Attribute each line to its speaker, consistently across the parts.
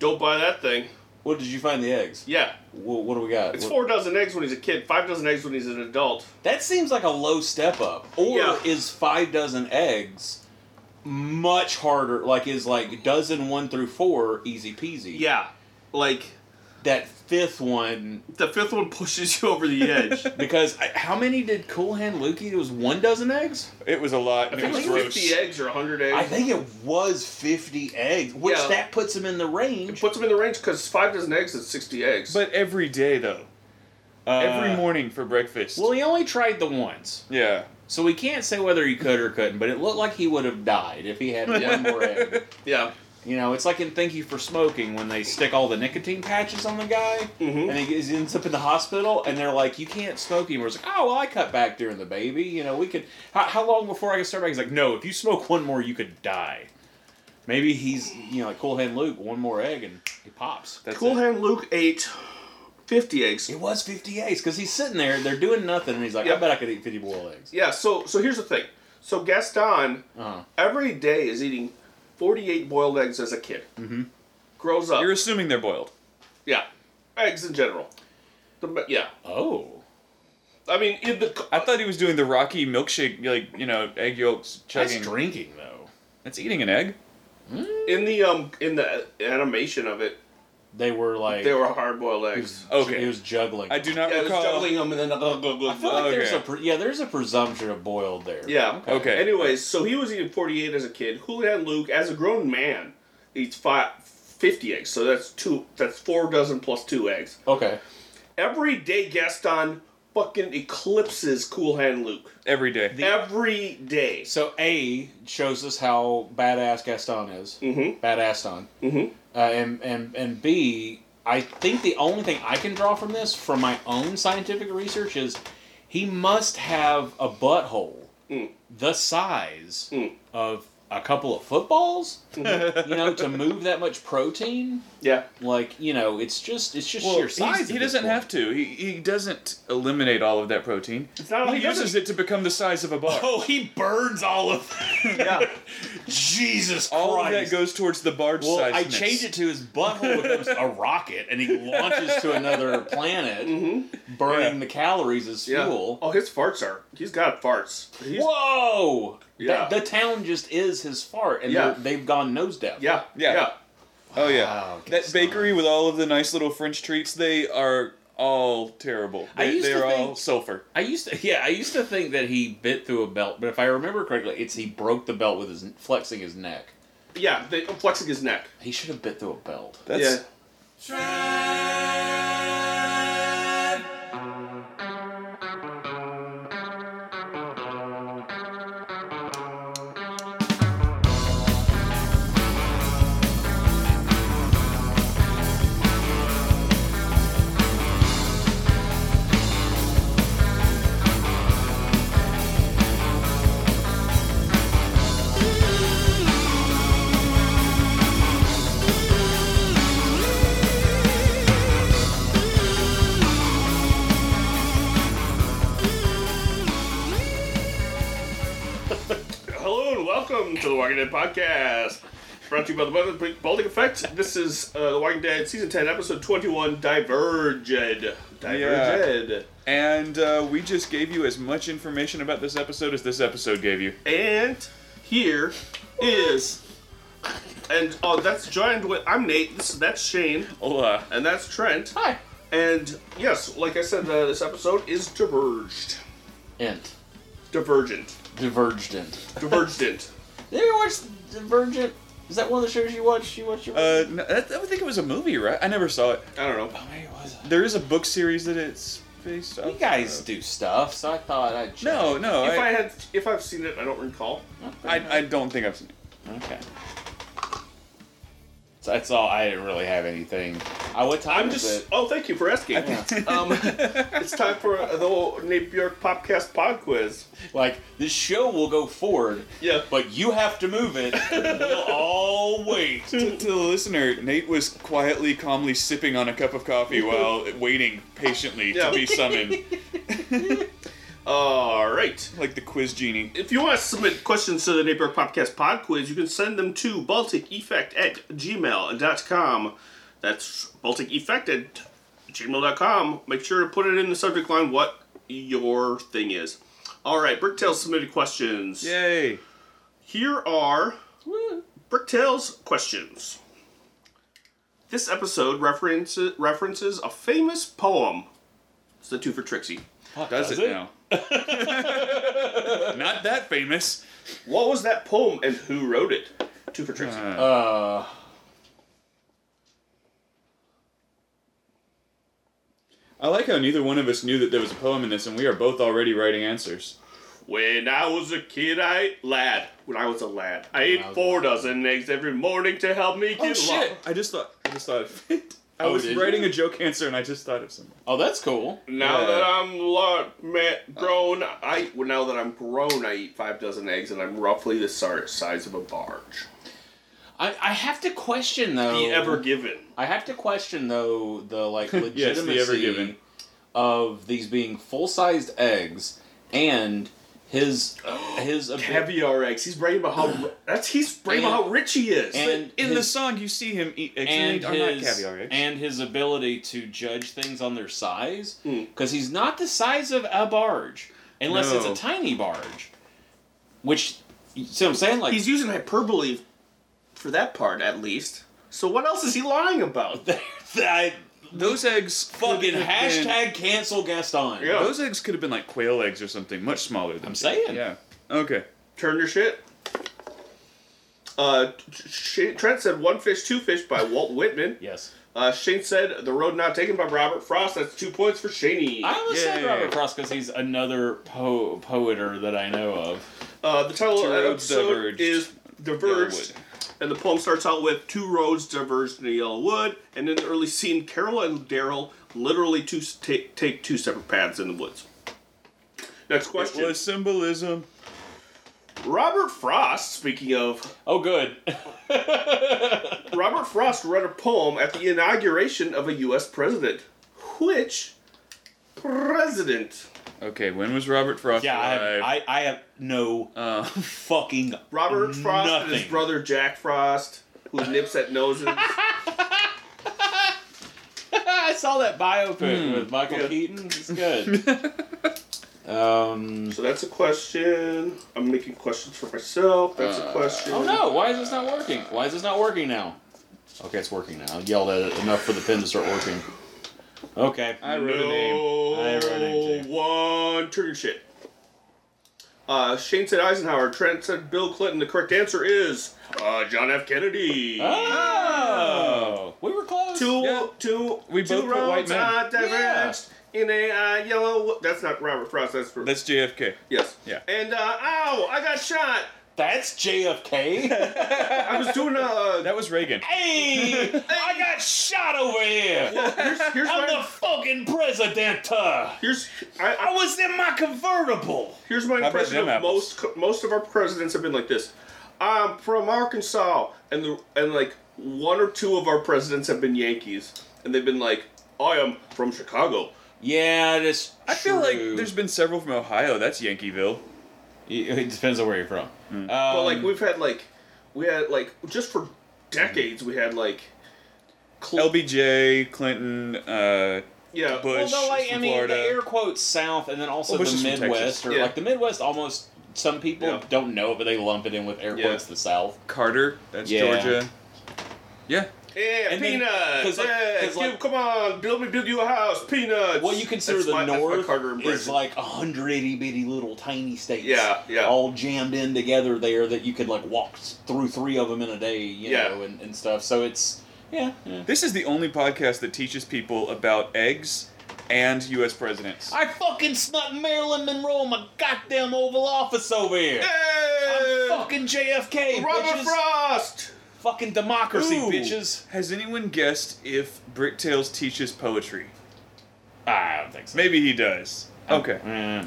Speaker 1: Don't buy that thing.
Speaker 2: What did you find the eggs?
Speaker 1: Yeah.
Speaker 2: What, what do we got?
Speaker 1: It's
Speaker 2: What-
Speaker 1: four dozen eggs when he's a kid, five dozen eggs when he's an adult.
Speaker 2: That seems like a low step up. Or
Speaker 1: Yeah.
Speaker 2: is five dozen eggs much harder? Like is like dozen one through four easy peasy.
Speaker 1: Yeah. Like,
Speaker 2: That fifth one
Speaker 1: the fifth one pushes you over the edge.
Speaker 2: because I, how many did Cool Hand Lukey? It was one dozen eggs.
Speaker 3: It was a lot.
Speaker 1: I
Speaker 3: And it
Speaker 1: think
Speaker 3: was
Speaker 1: it's
Speaker 3: gross.
Speaker 1: 50 eggs or 100 eggs.
Speaker 2: I think it was fifty eggs, which
Speaker 1: Yeah.
Speaker 2: that puts him in the
Speaker 1: It
Speaker 2: range.
Speaker 1: puts him in the range because five dozen eggs is 60 eggs.
Speaker 3: But every day though, every
Speaker 2: Uh,
Speaker 3: morning for breakfast.
Speaker 2: Well, he only tried the once,
Speaker 3: yeah.
Speaker 2: so we can't say whether he could or couldn't. But it looked like he would have died if he had one more egg.
Speaker 1: yeah.
Speaker 2: You know, it's like in Thank You for Smoking when they stick all the nicotine patches on the guy
Speaker 1: Mhm.
Speaker 2: and he gets- he ends up in the hospital and they're like, you can't smoke anymore. It's like, oh, well, I cut back during the baby. You know, we could. How, how long before I can start back? He's like, no, if you smoke one more, you could die. Maybe he's, you know, like Cool Hand Luke, one more egg and he pops.
Speaker 3: That's
Speaker 1: cool
Speaker 3: it.
Speaker 1: Hand Luke ate 50 eggs.
Speaker 2: It was 58 because he's sitting there, they're doing nothing, and he's like, I
Speaker 1: Yep.
Speaker 2: bet I could eat 50 boiled eggs.
Speaker 1: Yeah, so so here's the thing. So Gaston
Speaker 2: Uh-huh.
Speaker 1: every day is eating 48 boiled eggs as a kid. Mm-hmm. Grows up.
Speaker 3: You're assuming they're boiled.
Speaker 1: yeah. Eggs in general. The, yeah.
Speaker 2: Oh.
Speaker 1: I mean, in the
Speaker 3: I thought he was doing the Rocky milkshake, like you know, egg yolks
Speaker 2: That's
Speaker 3: chugging.
Speaker 2: drinking, though.
Speaker 3: That's eating an egg.
Speaker 1: in the um in the animation of it,
Speaker 2: They were like,
Speaker 1: they were hard boiled
Speaker 2: he
Speaker 1: eggs.
Speaker 2: was,
Speaker 3: Okay.
Speaker 2: he was juggling.
Speaker 3: I do not
Speaker 1: Yeah, it was
Speaker 3: recall.
Speaker 1: juggling them and then. uh,
Speaker 2: I feel like there's
Speaker 3: Okay.
Speaker 2: a pre- yeah, there's a presumption of boiled there.
Speaker 1: Yeah.
Speaker 3: Okay.
Speaker 1: Anyways, so he was eating 48 as a kid. Julian Luke, as a grown man, eats five, 50 eggs. So that's two. That's four dozen plus two eggs.
Speaker 2: Okay.
Speaker 1: Every day, Gaston fucking eclipses Cool Hand Luke.
Speaker 3: Every day.
Speaker 1: Every day.
Speaker 2: So A shows us how badass Gaston is.
Speaker 1: Mhm.
Speaker 2: Badass Don.
Speaker 1: Mhm.
Speaker 2: Uh, and and and B, I think the only thing I can draw from this, from my own scientific research, is he must have a butthole
Speaker 1: Mm.
Speaker 2: the size of a couple of footballs.
Speaker 1: Mm-hmm.
Speaker 2: you know, to move that much protein,
Speaker 1: Yeah.
Speaker 2: like you know, it's just it's just
Speaker 3: Well,
Speaker 2: sheer
Speaker 3: he's-
Speaker 2: size. at
Speaker 3: he
Speaker 2: this
Speaker 3: doesn't
Speaker 2: point.
Speaker 3: have to. He, he doesn't eliminate all of that protein.
Speaker 1: It's not like
Speaker 3: he
Speaker 1: he
Speaker 3: uses
Speaker 1: doesn't-
Speaker 3: it to become the size of a bar.
Speaker 2: Oh, he burns all of.
Speaker 1: Yeah.
Speaker 2: Jesus
Speaker 3: all of
Speaker 2: Christ!
Speaker 3: that goes towards the barge
Speaker 2: Well,
Speaker 3: size.
Speaker 2: I
Speaker 3: mix.
Speaker 2: change it to his butthole becomes a rocket, and he launches to another planet, burning the calories as
Speaker 1: Mm-hmm. yeah.
Speaker 2: fuel.
Speaker 1: Oh, his farts are. He's got farts. He's,
Speaker 2: Whoa!
Speaker 1: Yeah.
Speaker 2: That, the town just is his fart, and
Speaker 1: Yeah.
Speaker 2: they're- they've gone nose deaf.
Speaker 1: Yeah.
Speaker 3: Yeah.
Speaker 1: Yeah.
Speaker 3: Oh yeah.
Speaker 2: Wow, good
Speaker 3: that bakery with all of the nice little French treats. They are all terrible.
Speaker 2: I
Speaker 3: They,
Speaker 2: used to
Speaker 3: they're all
Speaker 2: think-
Speaker 3: sulfur.
Speaker 2: I used to, yeah, I used to think that he bit through a belt, but if I remember correctly, it's he broke the belt with his flexing his neck.
Speaker 1: Yeah. They, I'm flexing his neck.
Speaker 2: He should have bit through a belt.
Speaker 3: That's
Speaker 1: yeah. Hello and welcome to the Walking Dead podcast, brought to you by the Baltic- Baltic Effect. This is uh, the Walking Dead season ten, episode twenty-one, Diverged. Diverged.
Speaker 3: and uh, we just gave you as much information about this episode as this episode gave you.
Speaker 1: And here is, and oh, that's joined with I'm Nate. This that's Shane,
Speaker 3: Hola.
Speaker 1: and that's Trent.
Speaker 2: Hi,
Speaker 1: And yes, like I said, uh, this episode is diverged,
Speaker 2: int
Speaker 1: divergent,
Speaker 2: diverged int.
Speaker 1: divergent.
Speaker 2: Did you ever watch Divergent? Is that one of the shows you watch? You watch your
Speaker 3: Uh, no, that, I would think it was a movie, right? I never saw it.
Speaker 1: I don't know.
Speaker 2: maybe it wasn't.
Speaker 3: There is a book series that it's based off.
Speaker 2: You guys do stuff, so I thought I'd. check.
Speaker 3: No, no.
Speaker 1: If I
Speaker 3: I,
Speaker 1: had, if I've seen it, I don't recall.
Speaker 3: I, I don't think I've seen it.
Speaker 2: Okay. So that's all. I didn't really have anything.
Speaker 3: Uh,
Speaker 2: I what time
Speaker 1: I'm
Speaker 2: is
Speaker 1: just.
Speaker 2: it?
Speaker 1: Oh, thank you for asking. um, it's time for the old Nate Bjork podcast pod quiz.
Speaker 2: Like this show will go forward.
Speaker 1: Yeah.
Speaker 2: But you have to move it. we'll all wait.
Speaker 3: to the listener, Nate was quietly, calmly sipping on a cup of coffee while waiting patiently
Speaker 1: Yeah.
Speaker 3: to be summoned,
Speaker 1: All right.
Speaker 3: like the quiz genie.
Speaker 1: If you want to submit questions to the Neighbor Podcast Pod Quiz, you can send them to BalticEffect at gmail.com. That's BalticEffect at gmail.com. Make sure to put it in the subject line what your thing is. All right, Bricktail submitted questions.
Speaker 3: Yay!
Speaker 1: Here are Bricktail's questions. This episode references, references a famous poem. It's the two for Trixie.
Speaker 3: Does,
Speaker 2: Does
Speaker 3: it,
Speaker 2: it?
Speaker 3: now? Not that famous.
Speaker 1: What was that poem and who wrote it? Two for Trixie.
Speaker 2: Uh,
Speaker 3: I like how neither one of us knew that there was a poem in this, and we are both already writing answers.
Speaker 1: When I was a kid, I ate lad. When I was a lad, I ate four dozen eggs every morning to help me get along.
Speaker 3: Oh, I just thought. I just thought of it. I
Speaker 2: Oh,
Speaker 3: was
Speaker 2: did you?
Speaker 3: writing a joke answer, and I just thought of something.
Speaker 2: oh, that's cool.
Speaker 1: Now
Speaker 3: Yeah.
Speaker 1: that I'm lot man, grown, I well, now that I'm grown, I eat five dozen eggs, and I'm roughly the si- size of a barge.
Speaker 2: I, I have to question though.
Speaker 1: The ever given.
Speaker 2: I have to question though the like
Speaker 3: Yes,
Speaker 2: legitimacy
Speaker 3: the ever given.
Speaker 2: of these being full-sized eggs and his his abi-
Speaker 1: Caviar eggs. He's bragging about how that's he's bragging about
Speaker 2: And-
Speaker 1: how rich he is.
Speaker 2: and
Speaker 3: In the
Speaker 2: his-
Speaker 3: song, you see him eat eggs.
Speaker 2: and
Speaker 3: are
Speaker 2: his,
Speaker 3: not caviar eggs.
Speaker 2: and his ability to judge things on their size because he's not the size of a barge unless it's
Speaker 3: No.
Speaker 2: a tiny barge which you see what i'm saying like
Speaker 1: he's using hyperbole for that part, at least. So what else is he lying about?
Speaker 2: I
Speaker 3: Those eggs
Speaker 2: fucking
Speaker 3: could have been-
Speaker 2: hashtag cancel gaston
Speaker 1: Yeah.
Speaker 3: Those eggs could have been like quail eggs or something, much smaller. Than
Speaker 2: i'm saying
Speaker 3: Yeah. Okay.
Speaker 1: Turn your shit. Uh, Sh- Trent said One Fish, Two Fish by Walt Whitman.
Speaker 2: yes
Speaker 1: Uh, Shane said The Road Not Taken by Robert Frost. That's two points for Shaney.
Speaker 2: i almost said
Speaker 3: Yay.
Speaker 2: robert frost because he's another po- poeter that i know of
Speaker 1: Uh, the title of that
Speaker 3: roads
Speaker 1: episode
Speaker 3: diverged.
Speaker 1: is Diverged.
Speaker 3: Yellowwood.
Speaker 1: And the poem starts out with Two roads diverged in the yellow wood. And in the early scene, Carol and Daryl literally two s- ta- take two separate paths in the woods. Next question.
Speaker 3: It was symbolism.
Speaker 1: Robert Frost, speaking of
Speaker 2: oh good
Speaker 1: Robert Frost read a poem at the inauguration of a U.S. president. Which president?
Speaker 3: Okay, when was Robert Frost
Speaker 2: yeah i have
Speaker 3: alive?
Speaker 2: i, I have no
Speaker 3: Uh,
Speaker 2: fucking
Speaker 1: Robert Frost and his
Speaker 2: Nothing.
Speaker 1: brother Jack Frost, who nips at noses.
Speaker 2: I saw that biopic
Speaker 3: Hmm.
Speaker 2: with Michael
Speaker 1: Yeah.
Speaker 2: Keaton. It's good. um,
Speaker 1: so that's a question. I'm making questions for myself. That's
Speaker 3: Uh,
Speaker 1: a question.
Speaker 2: oh no! Why is this not working? Why is this not working now? Okay, it's working now. I yelled at it enough for the pen to start working. Okay.
Speaker 3: I wrote a name.
Speaker 2: I wrote a name, too.
Speaker 1: One, turn your shit. Uh, Shane said Eisenhower. Trent said Bill Clinton. The correct answer is uh, John F. Kennedy.
Speaker 2: Oh, we were close.
Speaker 1: Two,
Speaker 3: Yeah.
Speaker 1: two,
Speaker 3: We
Speaker 1: two
Speaker 3: both put white
Speaker 1: roads
Speaker 3: men.
Speaker 1: are diverged in a uh, yellow. That's not Robert Frost. That's for
Speaker 3: That's JFK.
Speaker 1: yes.
Speaker 3: Yeah.
Speaker 1: And uh, ow, I got shot.
Speaker 2: That's JFK.
Speaker 1: I was doing a. Uh,
Speaker 3: That was Reagan.
Speaker 2: hey, I got shot over here.
Speaker 1: here's here's
Speaker 2: I'm the
Speaker 1: my
Speaker 2: fucking president. uh.
Speaker 1: here's I,
Speaker 2: I
Speaker 1: I,
Speaker 2: was in my convertible.
Speaker 1: here's my
Speaker 3: about
Speaker 1: impression
Speaker 3: them
Speaker 1: of
Speaker 3: apples?
Speaker 1: most co- most of our presidents have been like this. I'm from Arkansas, and the and like one or two of our presidents have been Yankees, and they've been like, I am from Chicago.
Speaker 2: Yeah, that's.
Speaker 3: I feel like
Speaker 2: true.
Speaker 3: there's been several from Ohio. That's Yankeeville.
Speaker 2: It depends on where you're from. Um,
Speaker 1: But like we've had like we had like just for decades we had like Cl-
Speaker 3: LBJ, Clinton, uh,
Speaker 1: yeah
Speaker 2: Well,
Speaker 3: Bush
Speaker 2: no,
Speaker 3: is
Speaker 2: like I
Speaker 3: from
Speaker 2: mean,
Speaker 3: Florida.
Speaker 2: the air quotes South, and then also
Speaker 3: Well, Bush is
Speaker 2: the
Speaker 3: from Texas.
Speaker 2: Midwest, or
Speaker 1: Yeah.
Speaker 2: like the Midwest. Almost some people
Speaker 1: Yeah.
Speaker 2: don't know, it, but they lump it in with air
Speaker 1: Yeah.
Speaker 2: quotes the South.
Speaker 3: Carter. That's
Speaker 2: Yeah.
Speaker 3: Georgia. Yeah.
Speaker 1: Yeah,
Speaker 2: And then-
Speaker 1: peanuts.
Speaker 2: 'cause like-
Speaker 1: yeah,
Speaker 2: 'cause
Speaker 1: give-
Speaker 2: like-
Speaker 1: come on, build me, build you a house. Peanuts.
Speaker 2: What you consider
Speaker 1: That's
Speaker 2: the
Speaker 1: my- that's my
Speaker 2: North
Speaker 1: Carter and
Speaker 2: is
Speaker 1: Bridges.
Speaker 2: like a hundred itty bitty little tiny states,
Speaker 1: Yeah, yeah.
Speaker 2: all jammed in together there that you could like walk s- through three of them in a day, you
Speaker 1: Yeah.
Speaker 2: know, and, and stuff. So it's yeah, yeah.
Speaker 3: This is the only podcast that teaches people about eggs and U.S. presidents.
Speaker 2: I fucking snuck Marilyn Monroe in my goddamn Oval Office over here.
Speaker 1: Hey,
Speaker 2: Fucking JFK,
Speaker 1: Robert
Speaker 2: bitches.
Speaker 1: Frost.
Speaker 2: Fucking democracy,
Speaker 3: Ooh.
Speaker 2: bitches.
Speaker 3: Has anyone guessed if Bricktails teaches poetry?
Speaker 2: I don't think so.
Speaker 3: Maybe he does. Okay.
Speaker 2: Eh, nah.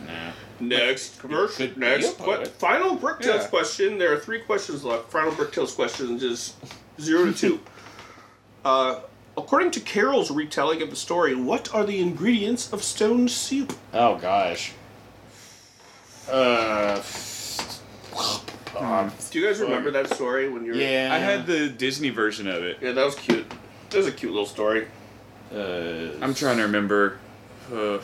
Speaker 1: Next commercial.
Speaker 2: could be a
Speaker 1: Next que-
Speaker 2: poet.
Speaker 1: final Bricktails
Speaker 3: Yeah.
Speaker 1: question. There are three questions left. Final Bricktails question is zero to two. Uh, according to Carol's retelling of the story, what are the ingredients of stone soup?
Speaker 2: Oh gosh. Uh.
Speaker 1: Do you guys remember that story when you were?
Speaker 2: Yeah.
Speaker 3: I had the Disney version of it.
Speaker 1: Yeah, that was cute. That was a cute little story.
Speaker 2: Uh,
Speaker 3: I'm trying to remember. Uh,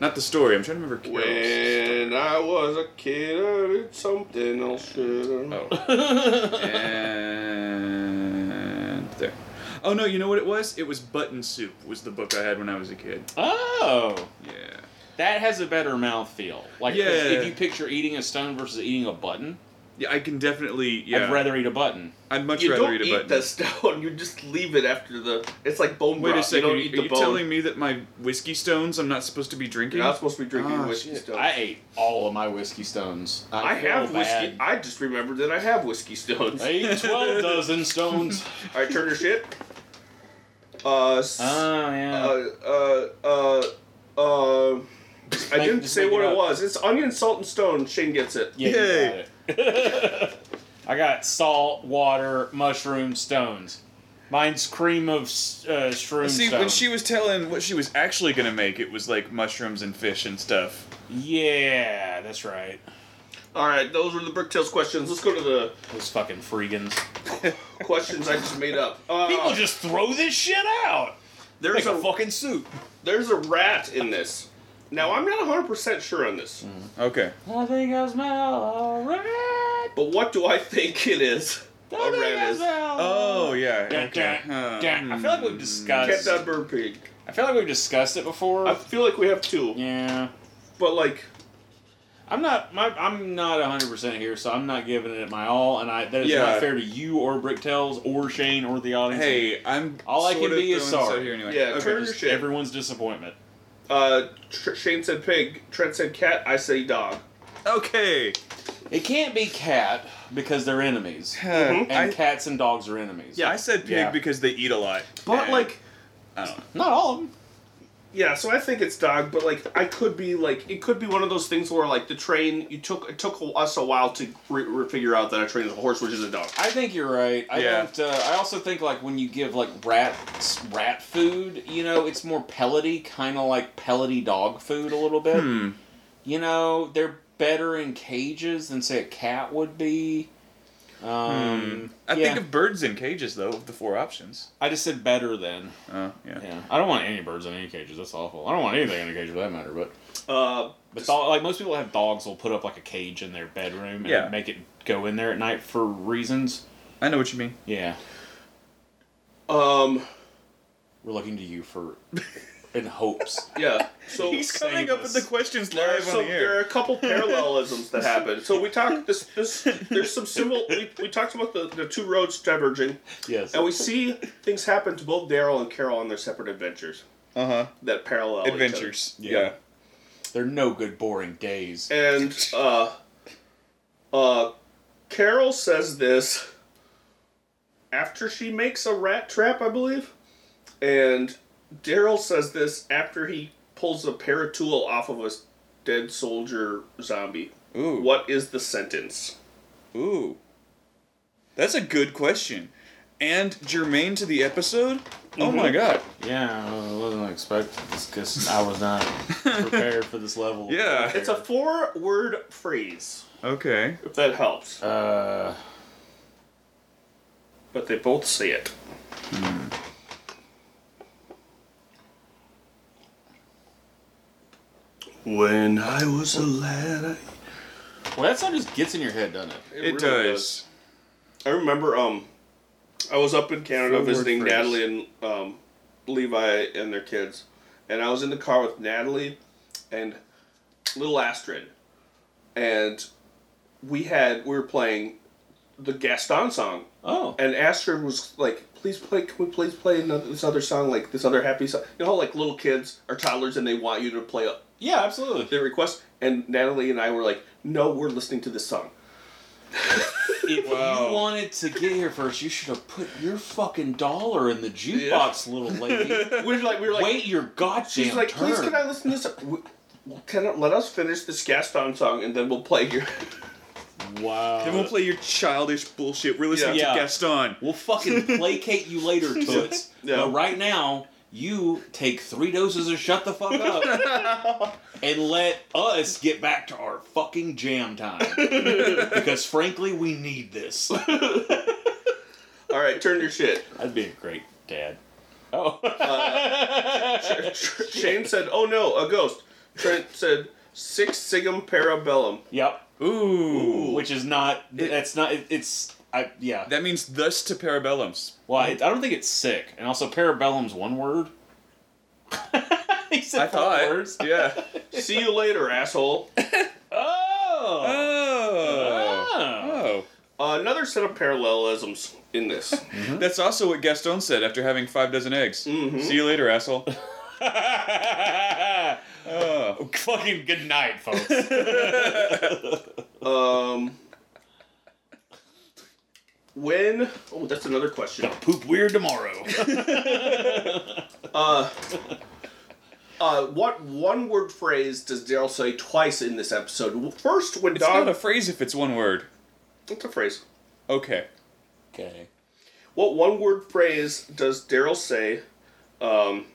Speaker 3: not the story. I'm trying to remember Carol's.
Speaker 1: When I was a kid, I did something else. Shit.
Speaker 3: Oh. and there. Oh no! You know what it was? It was Button Soup. Was the book I had when I was a kid.
Speaker 2: oh,
Speaker 3: Yeah.
Speaker 2: that has a better mouthfeel. Like
Speaker 3: Yeah.
Speaker 2: if you picture eating a stone versus eating a button,
Speaker 3: Yeah, I can definitely. Yeah.
Speaker 2: I'd rather eat a button.
Speaker 3: I'd much
Speaker 1: You
Speaker 3: rather
Speaker 1: don't
Speaker 3: eat a
Speaker 1: eat
Speaker 3: button.
Speaker 1: the stone. You just leave it after the. It's like bone
Speaker 3: Wait a
Speaker 1: broth. You
Speaker 3: second. are
Speaker 1: don't eat
Speaker 3: you,
Speaker 1: the
Speaker 3: are you
Speaker 1: bone.
Speaker 3: telling me that my whiskey stones I'm not supposed to be drinking?
Speaker 1: You're not supposed to be drinking
Speaker 3: Ah,
Speaker 1: whiskey
Speaker 3: shit.
Speaker 1: stones.
Speaker 2: I ate all of my whiskey stones.
Speaker 1: I
Speaker 2: feel
Speaker 1: have whiskey.
Speaker 2: bad.
Speaker 1: I just remembered that I have whiskey stones.
Speaker 2: I
Speaker 1: All
Speaker 2: ate twelve dozen stones.
Speaker 1: right, turn your shit. Uh, s-
Speaker 2: Oh yeah.
Speaker 1: uh, uh, uh, uh, I
Speaker 2: make-
Speaker 1: didn't
Speaker 2: just
Speaker 1: say
Speaker 2: make
Speaker 1: what
Speaker 2: it
Speaker 1: it
Speaker 2: up.
Speaker 1: was. It's onion, salt, and stone. Shane gets it.
Speaker 2: yeah.
Speaker 3: Yay.
Speaker 2: You got it. I got salt, water, mushroom, stones. Mine's cream of s- uh, shroom
Speaker 3: See,
Speaker 2: stone.
Speaker 3: when she was telling what she was actually gonna make, it was like mushrooms and fish and stuff.
Speaker 2: Yeah, that's right.
Speaker 1: All right, those were the Bricktails questions. Let's go to the
Speaker 2: Those fucking freegans.
Speaker 1: questions I just made up. Uh,
Speaker 2: People just throw this shit out.
Speaker 1: there's
Speaker 2: Make
Speaker 1: a
Speaker 2: a fucking soup.
Speaker 1: there's a rat in this. Now I'm not 100 percent sure on this,
Speaker 2: Mm.
Speaker 3: Okay.
Speaker 2: I think I smell a rat.
Speaker 1: but what do I think it is?
Speaker 2: I
Speaker 1: A rat is.
Speaker 3: Oh yeah.
Speaker 2: Dun,
Speaker 3: Okay.
Speaker 2: dun,
Speaker 3: Huh. hmm.
Speaker 2: dun. I feel like we've
Speaker 1: Get
Speaker 2: discussed.
Speaker 1: that bird pig.
Speaker 2: I feel like we've discussed it before.
Speaker 1: I feel like we have two,
Speaker 2: yeah.
Speaker 1: but like
Speaker 2: I'm not. My, I'm not 100 percent here, so I'm not giving it my all, and I that is
Speaker 3: Yeah.
Speaker 2: not fair to you or Bricktails or Shane or the audience.
Speaker 3: Hey, I'm.
Speaker 2: All I
Speaker 3: sort
Speaker 2: can
Speaker 3: of
Speaker 2: be is
Speaker 3: throwing this
Speaker 2: sorry.
Speaker 3: out Here anyway.
Speaker 1: Yeah,
Speaker 3: Okay.
Speaker 1: turn your
Speaker 2: Just
Speaker 1: shit.
Speaker 2: everyone's disappointment.
Speaker 1: Uh, Tr- Shane said pig. Trent said cat. I say dog.
Speaker 3: okay.
Speaker 2: It can't be cat because they're enemies, and
Speaker 3: I,
Speaker 2: cats and dogs are enemies.
Speaker 3: I said pig
Speaker 2: Yeah.
Speaker 3: because they eat a lot.
Speaker 1: But
Speaker 3: And-
Speaker 1: like,
Speaker 2: not all of them.
Speaker 1: yeah. So I think it's dog. But like, I could be like, it could be one of those things where like the train. You took it took us a while to re- re- figure out that a train is a horse, which is a dog.
Speaker 2: I think you're right. I
Speaker 3: Yeah.
Speaker 2: don't. Uh, I also think like when you give like rats rat food, you know, it's more pellety, kind of like pellety dog food a little bit.
Speaker 3: Hmm.
Speaker 2: You know, they're better in cages than say a cat would be. Um,
Speaker 3: I
Speaker 2: yeah.
Speaker 3: think of birds in cages though. Of the four options.
Speaker 2: I just said better than.
Speaker 3: Oh yeah.
Speaker 2: Yeah, I don't want any birds in any cages. That's awful. I don't want anything in a cage for that matter. But
Speaker 1: Uh,
Speaker 2: but dog, like most people have dogs, will put up like a cage in their bedroom and
Speaker 3: Yeah.
Speaker 2: make it go in there at night for reasons.
Speaker 3: I know what you mean.
Speaker 2: Yeah,
Speaker 1: um,
Speaker 2: we're looking to you for in hopes.
Speaker 1: yeah. So
Speaker 3: He's
Speaker 2: save
Speaker 3: coming up
Speaker 2: us.
Speaker 3: with the questions
Speaker 1: There are,
Speaker 3: live on
Speaker 1: some,
Speaker 3: the
Speaker 1: there are
Speaker 3: air.
Speaker 1: a couple parallelisms that happen. So we talked this this there's some similar. We, we talked about the, the two roads diverging,
Speaker 2: Yes.
Speaker 1: and we see things happen to both Daryl and Carol on their separate adventures
Speaker 3: Uh huh.
Speaker 1: that parallel each other.
Speaker 3: Adventures.
Speaker 2: Yeah. They're no good, boring days.
Speaker 1: and uh, uh, Carol says this after she makes a rat trap, I believe, and Daryl says this after he pulls a paratool off of a s- dead soldier zombie.
Speaker 3: Ooh.
Speaker 1: What is the sentence?
Speaker 3: Ooh. That's a good question. And germane to the episode? Oh
Speaker 2: Mm-hmm.
Speaker 3: my god.
Speaker 2: Yeah, I wasn't expecting this because I was not prepared for this level.
Speaker 3: Yeah.
Speaker 1: It's a four-word phrase,
Speaker 3: Okay.
Speaker 1: if that helps.
Speaker 2: Uh,
Speaker 1: But they both say it. When I was a lad, I
Speaker 2: well, that sound just gets in your head, doesn't it?
Speaker 3: It,
Speaker 1: really
Speaker 3: does.
Speaker 1: I remember um I was up in Canada
Speaker 3: Forward
Speaker 1: visiting
Speaker 3: phrase.
Speaker 1: Natalie and um Levi and their kids. And I was in the car with Natalie and little Astrid. And we had we were playing the Gaston song.
Speaker 2: Oh.
Speaker 1: And Astrid was like, "Please play, can we please play another, this other song, like this other happy song?" You know, how, like little kids or toddlers, and they want you to play a,
Speaker 2: Yeah, absolutely.
Speaker 1: their request. And Natalie and I were like, "No, we're listening to this song."
Speaker 2: If
Speaker 3: Wow.
Speaker 2: you wanted to get here first, you should have put your fucking dollar in the jukebox, little lady.
Speaker 1: We're like, we were like,
Speaker 2: Wait your goddamn
Speaker 1: she's like,
Speaker 2: turn.
Speaker 1: please, can I listen to this? w- Can I, let us finish this Gaston song and then we'll play your.
Speaker 2: Wow.
Speaker 3: Then we'll play your childish bullshit. We're listening
Speaker 2: Yeah.
Speaker 3: to Gaston.
Speaker 2: We'll fucking placate you later, Toots.
Speaker 1: Yeah.
Speaker 2: But right now, you take three doses of shut the fuck up and let us get back to our fucking jam time. because frankly, we need this.
Speaker 1: All right, turn your shit.
Speaker 2: I'd be a great dad. Oh.
Speaker 1: Shane said, "Oh no, a ghost." Trent said, six sigum parabellum."
Speaker 2: yep.
Speaker 3: Ooh.
Speaker 2: Which is not. That's not. It, it's. I, yeah.
Speaker 3: That means thus to parabellums.
Speaker 2: well, I, I don't think it's sick. And also, parabellum's one word. he said
Speaker 3: I
Speaker 2: four
Speaker 3: thought.
Speaker 2: words.
Speaker 3: Yeah.
Speaker 1: See you later, asshole.
Speaker 2: Oh!
Speaker 3: Oh.
Speaker 2: Oh.
Speaker 3: Oh.
Speaker 1: another set of parallelisms in this.
Speaker 3: That's also what Gaston said after having five dozen eggs.
Speaker 2: Mm-hmm.
Speaker 3: See you later, asshole. Oh.
Speaker 2: Fucking good night, folks.
Speaker 1: Um, when? Oh, that's another question.
Speaker 2: Poop weird tomorrow.
Speaker 1: Uh, what one word phrase does Daryl say twice in this episode? First, when
Speaker 3: It's
Speaker 1: Don.
Speaker 3: not a phrase if it's one word.
Speaker 1: What's a phrase?
Speaker 3: Okay.
Speaker 2: okay.
Speaker 1: What one word phrase does Daryl say um,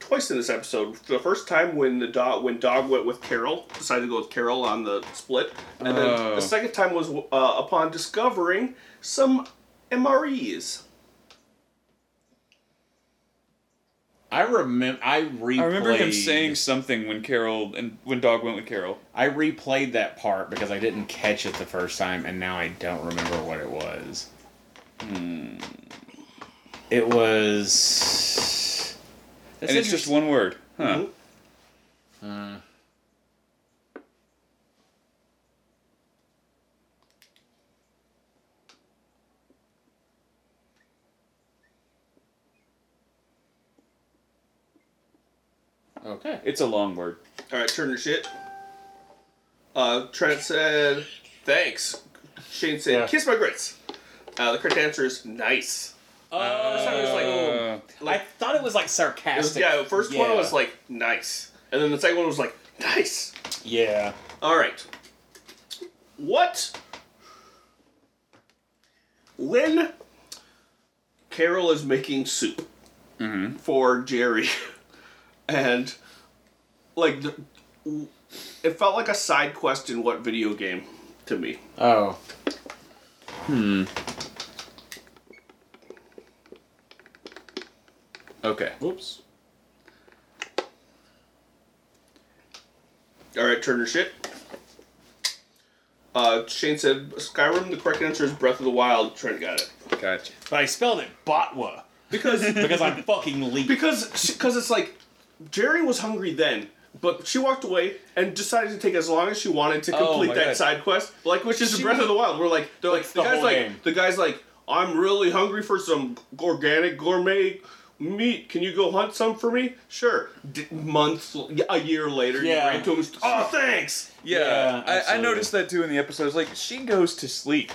Speaker 1: twice in this episode? The first time when the dog when dog went with Carol, decided to go with Carol on the split, and then
Speaker 3: Oh.
Speaker 1: the second time was uh, upon discovering some MREs.
Speaker 2: I remember. I replayed.
Speaker 3: I remember him saying something when Carol and when Dog went with Carol.
Speaker 2: I replayed that part because I didn't catch it the first time, and now I don't remember what it was. Hmm. It was. That's
Speaker 3: and it's just
Speaker 2: interesting.
Speaker 3: one word. Huh.
Speaker 2: Okay.
Speaker 3: It's a long word.
Speaker 1: All right, turn your shit. Uh, Trent said, "Thanks." Shane said,
Speaker 2: Yeah.
Speaker 1: "Kiss my grits." Uh, the correct answer is nice.
Speaker 3: Uh,
Speaker 2: I thought it was like sarcastic.
Speaker 1: It was- yeah, the first one was like nice, and then the second one was like nice.
Speaker 2: Yeah.
Speaker 1: All right. What? When Carol is making soup for Jerry, and like, the, it felt like a side quest in what video game to me?
Speaker 2: Oh.
Speaker 3: okay.
Speaker 2: Whoops.
Speaker 1: All right, turn your shit. Uh, Shane said Skyrim. The correct answer is Breath of the Wild. Trent got it
Speaker 3: Gotcha.
Speaker 2: But I spelled it Botwa
Speaker 1: because
Speaker 2: because I'm fucking leak.
Speaker 1: because because it's like Jerry was hungry then, but she walked away and decided to take as long as she wanted to
Speaker 3: Oh
Speaker 1: complete
Speaker 3: my
Speaker 1: that
Speaker 3: God.
Speaker 1: side quest. Like which is the Breath of the Wild. We're like they're like
Speaker 2: That's
Speaker 1: the,
Speaker 2: the
Speaker 1: guy's
Speaker 2: whole
Speaker 1: like
Speaker 2: game.
Speaker 1: the guy's like I'm really hungry for some organic gourmet meat. Can you go hunt some for me? Sure. D- months, a year later,
Speaker 2: Yeah.
Speaker 1: you ran to him. and- Oh, thanks.
Speaker 3: Yeah,
Speaker 2: Yeah,
Speaker 3: I, I
Speaker 2: absolutely.
Speaker 3: noticed that too in the episodes. Like she goes to sleep.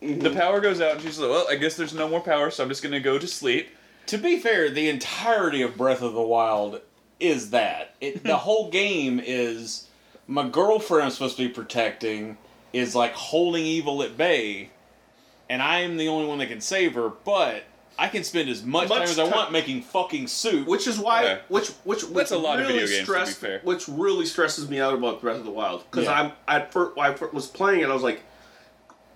Speaker 2: Mm-hmm.
Speaker 3: The power goes out, and she's like, "Well, I guess there's no more power, so I'm just gonna go to sleep."
Speaker 2: To be fair, the entirety of Breath of the Wild is that. It, the whole game is my girlfriend I'm supposed to be protecting is like holding evil at bay, and I am the only one that can save her, but I can spend as much,
Speaker 1: Much
Speaker 2: time as I
Speaker 1: ti-
Speaker 2: want making fucking soup.
Speaker 1: Which is why,
Speaker 3: Yeah.
Speaker 1: which which which
Speaker 3: That's a lot of
Speaker 1: really
Speaker 3: video games, to be
Speaker 1: stress-
Speaker 3: fair.
Speaker 1: Which really stresses me out about Breath of the Wild because
Speaker 2: Yeah.
Speaker 1: I'm at first, when I fir- was playing it, I was like,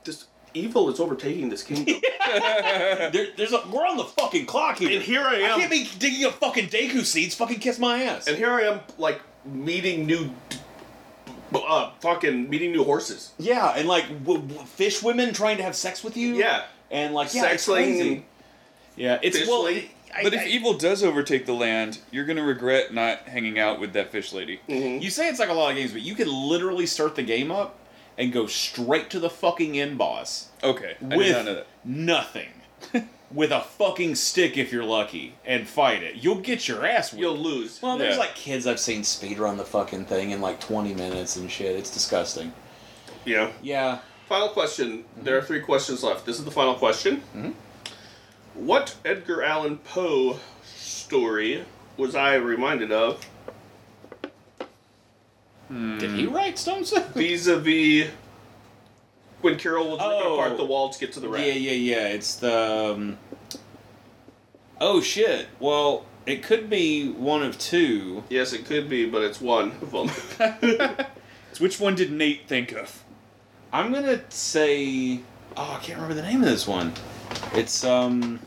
Speaker 1: this evil is overtaking this kingdom,
Speaker 2: there, there's a, we're on the fucking clock here.
Speaker 1: uh, and here I
Speaker 2: I
Speaker 1: am,
Speaker 2: can't be digging up fucking Deku seeds. Fucking kiss my ass.
Speaker 1: and here I am, like meeting new, d- b- uh, fucking meeting new horses.
Speaker 2: yeah, and like w- w- fish women trying to have sex with you.
Speaker 1: Yeah.
Speaker 2: and like yeah, it's
Speaker 1: Sexling
Speaker 2: crazy.
Speaker 1: and-
Speaker 2: yeah, it's well.
Speaker 1: fishling.
Speaker 2: I-
Speaker 3: But if
Speaker 2: I-
Speaker 3: evil does overtake the land, you're gonna regret not hanging out with that fish lady.
Speaker 2: You say it's like a lot of games, but you can literally start the game up and go straight to the fucking end boss
Speaker 3: Okay, I did not know
Speaker 2: with
Speaker 3: that.
Speaker 2: nothing. with a fucking stick if you're lucky and fight it. You'll get your ass whipped.
Speaker 1: You'll lose.
Speaker 2: well, there's
Speaker 3: Yeah.
Speaker 2: like kids I've seen speedrun the fucking thing in like 20 minutes and shit. It's disgusting.
Speaker 1: Yeah.
Speaker 2: Yeah.
Speaker 1: Final question.
Speaker 3: Mm-hmm.
Speaker 1: There are three questions left. This is the final question. What Edgar Allan Poe story was I reminded of
Speaker 2: Did he write Stone Soup?
Speaker 1: vis a vis when Carol was ripping
Speaker 2: Oh.
Speaker 1: apart the wall to get to the rat?
Speaker 2: Yeah, yeah, yeah. It's the. Um, oh shit! Well, it could be one of two.
Speaker 1: Yes, it could be, but it's one of them.
Speaker 3: So which one did Nate think of?
Speaker 2: I'm gonna say. Oh, I can't remember the name of this one. It's um.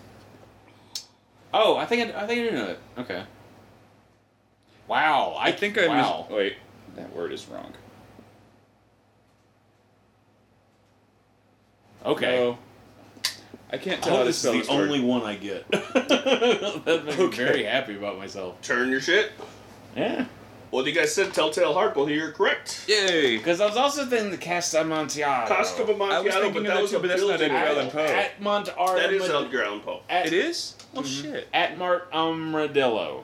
Speaker 2: Oh, I think I, I think I do know it. Okay. Wow, I,
Speaker 3: I think I
Speaker 2: wow.
Speaker 3: mis- wait. That word is wrong.
Speaker 2: Okay.
Speaker 3: No. Oh, I can't
Speaker 2: I
Speaker 3: tell how
Speaker 2: hope
Speaker 3: to
Speaker 2: this is
Speaker 3: spell
Speaker 2: the
Speaker 3: this word.
Speaker 2: only one I get. that makes me
Speaker 3: Okay.
Speaker 2: very happy about myself.
Speaker 1: Turn your shit.
Speaker 2: Yeah.
Speaker 1: Well, you guys said Telltale Heart. Well, you're correct.
Speaker 3: Yay!
Speaker 2: Because I was also thinking the Cast Amontillado.
Speaker 1: Cost of
Speaker 3: I was
Speaker 1: Amontillado,
Speaker 3: thinking
Speaker 1: but
Speaker 3: of
Speaker 1: that
Speaker 3: that
Speaker 1: was
Speaker 3: too,
Speaker 1: a
Speaker 3: but that's not
Speaker 1: building.
Speaker 3: Edgar Allan
Speaker 1: That
Speaker 3: Poe.
Speaker 2: At Mont
Speaker 1: is
Speaker 2: Armad-
Speaker 1: Edgar Allan Poe.
Speaker 2: at,
Speaker 3: It is? Oh
Speaker 2: Mm-hmm.
Speaker 3: shit!
Speaker 2: At Mart Armadillo.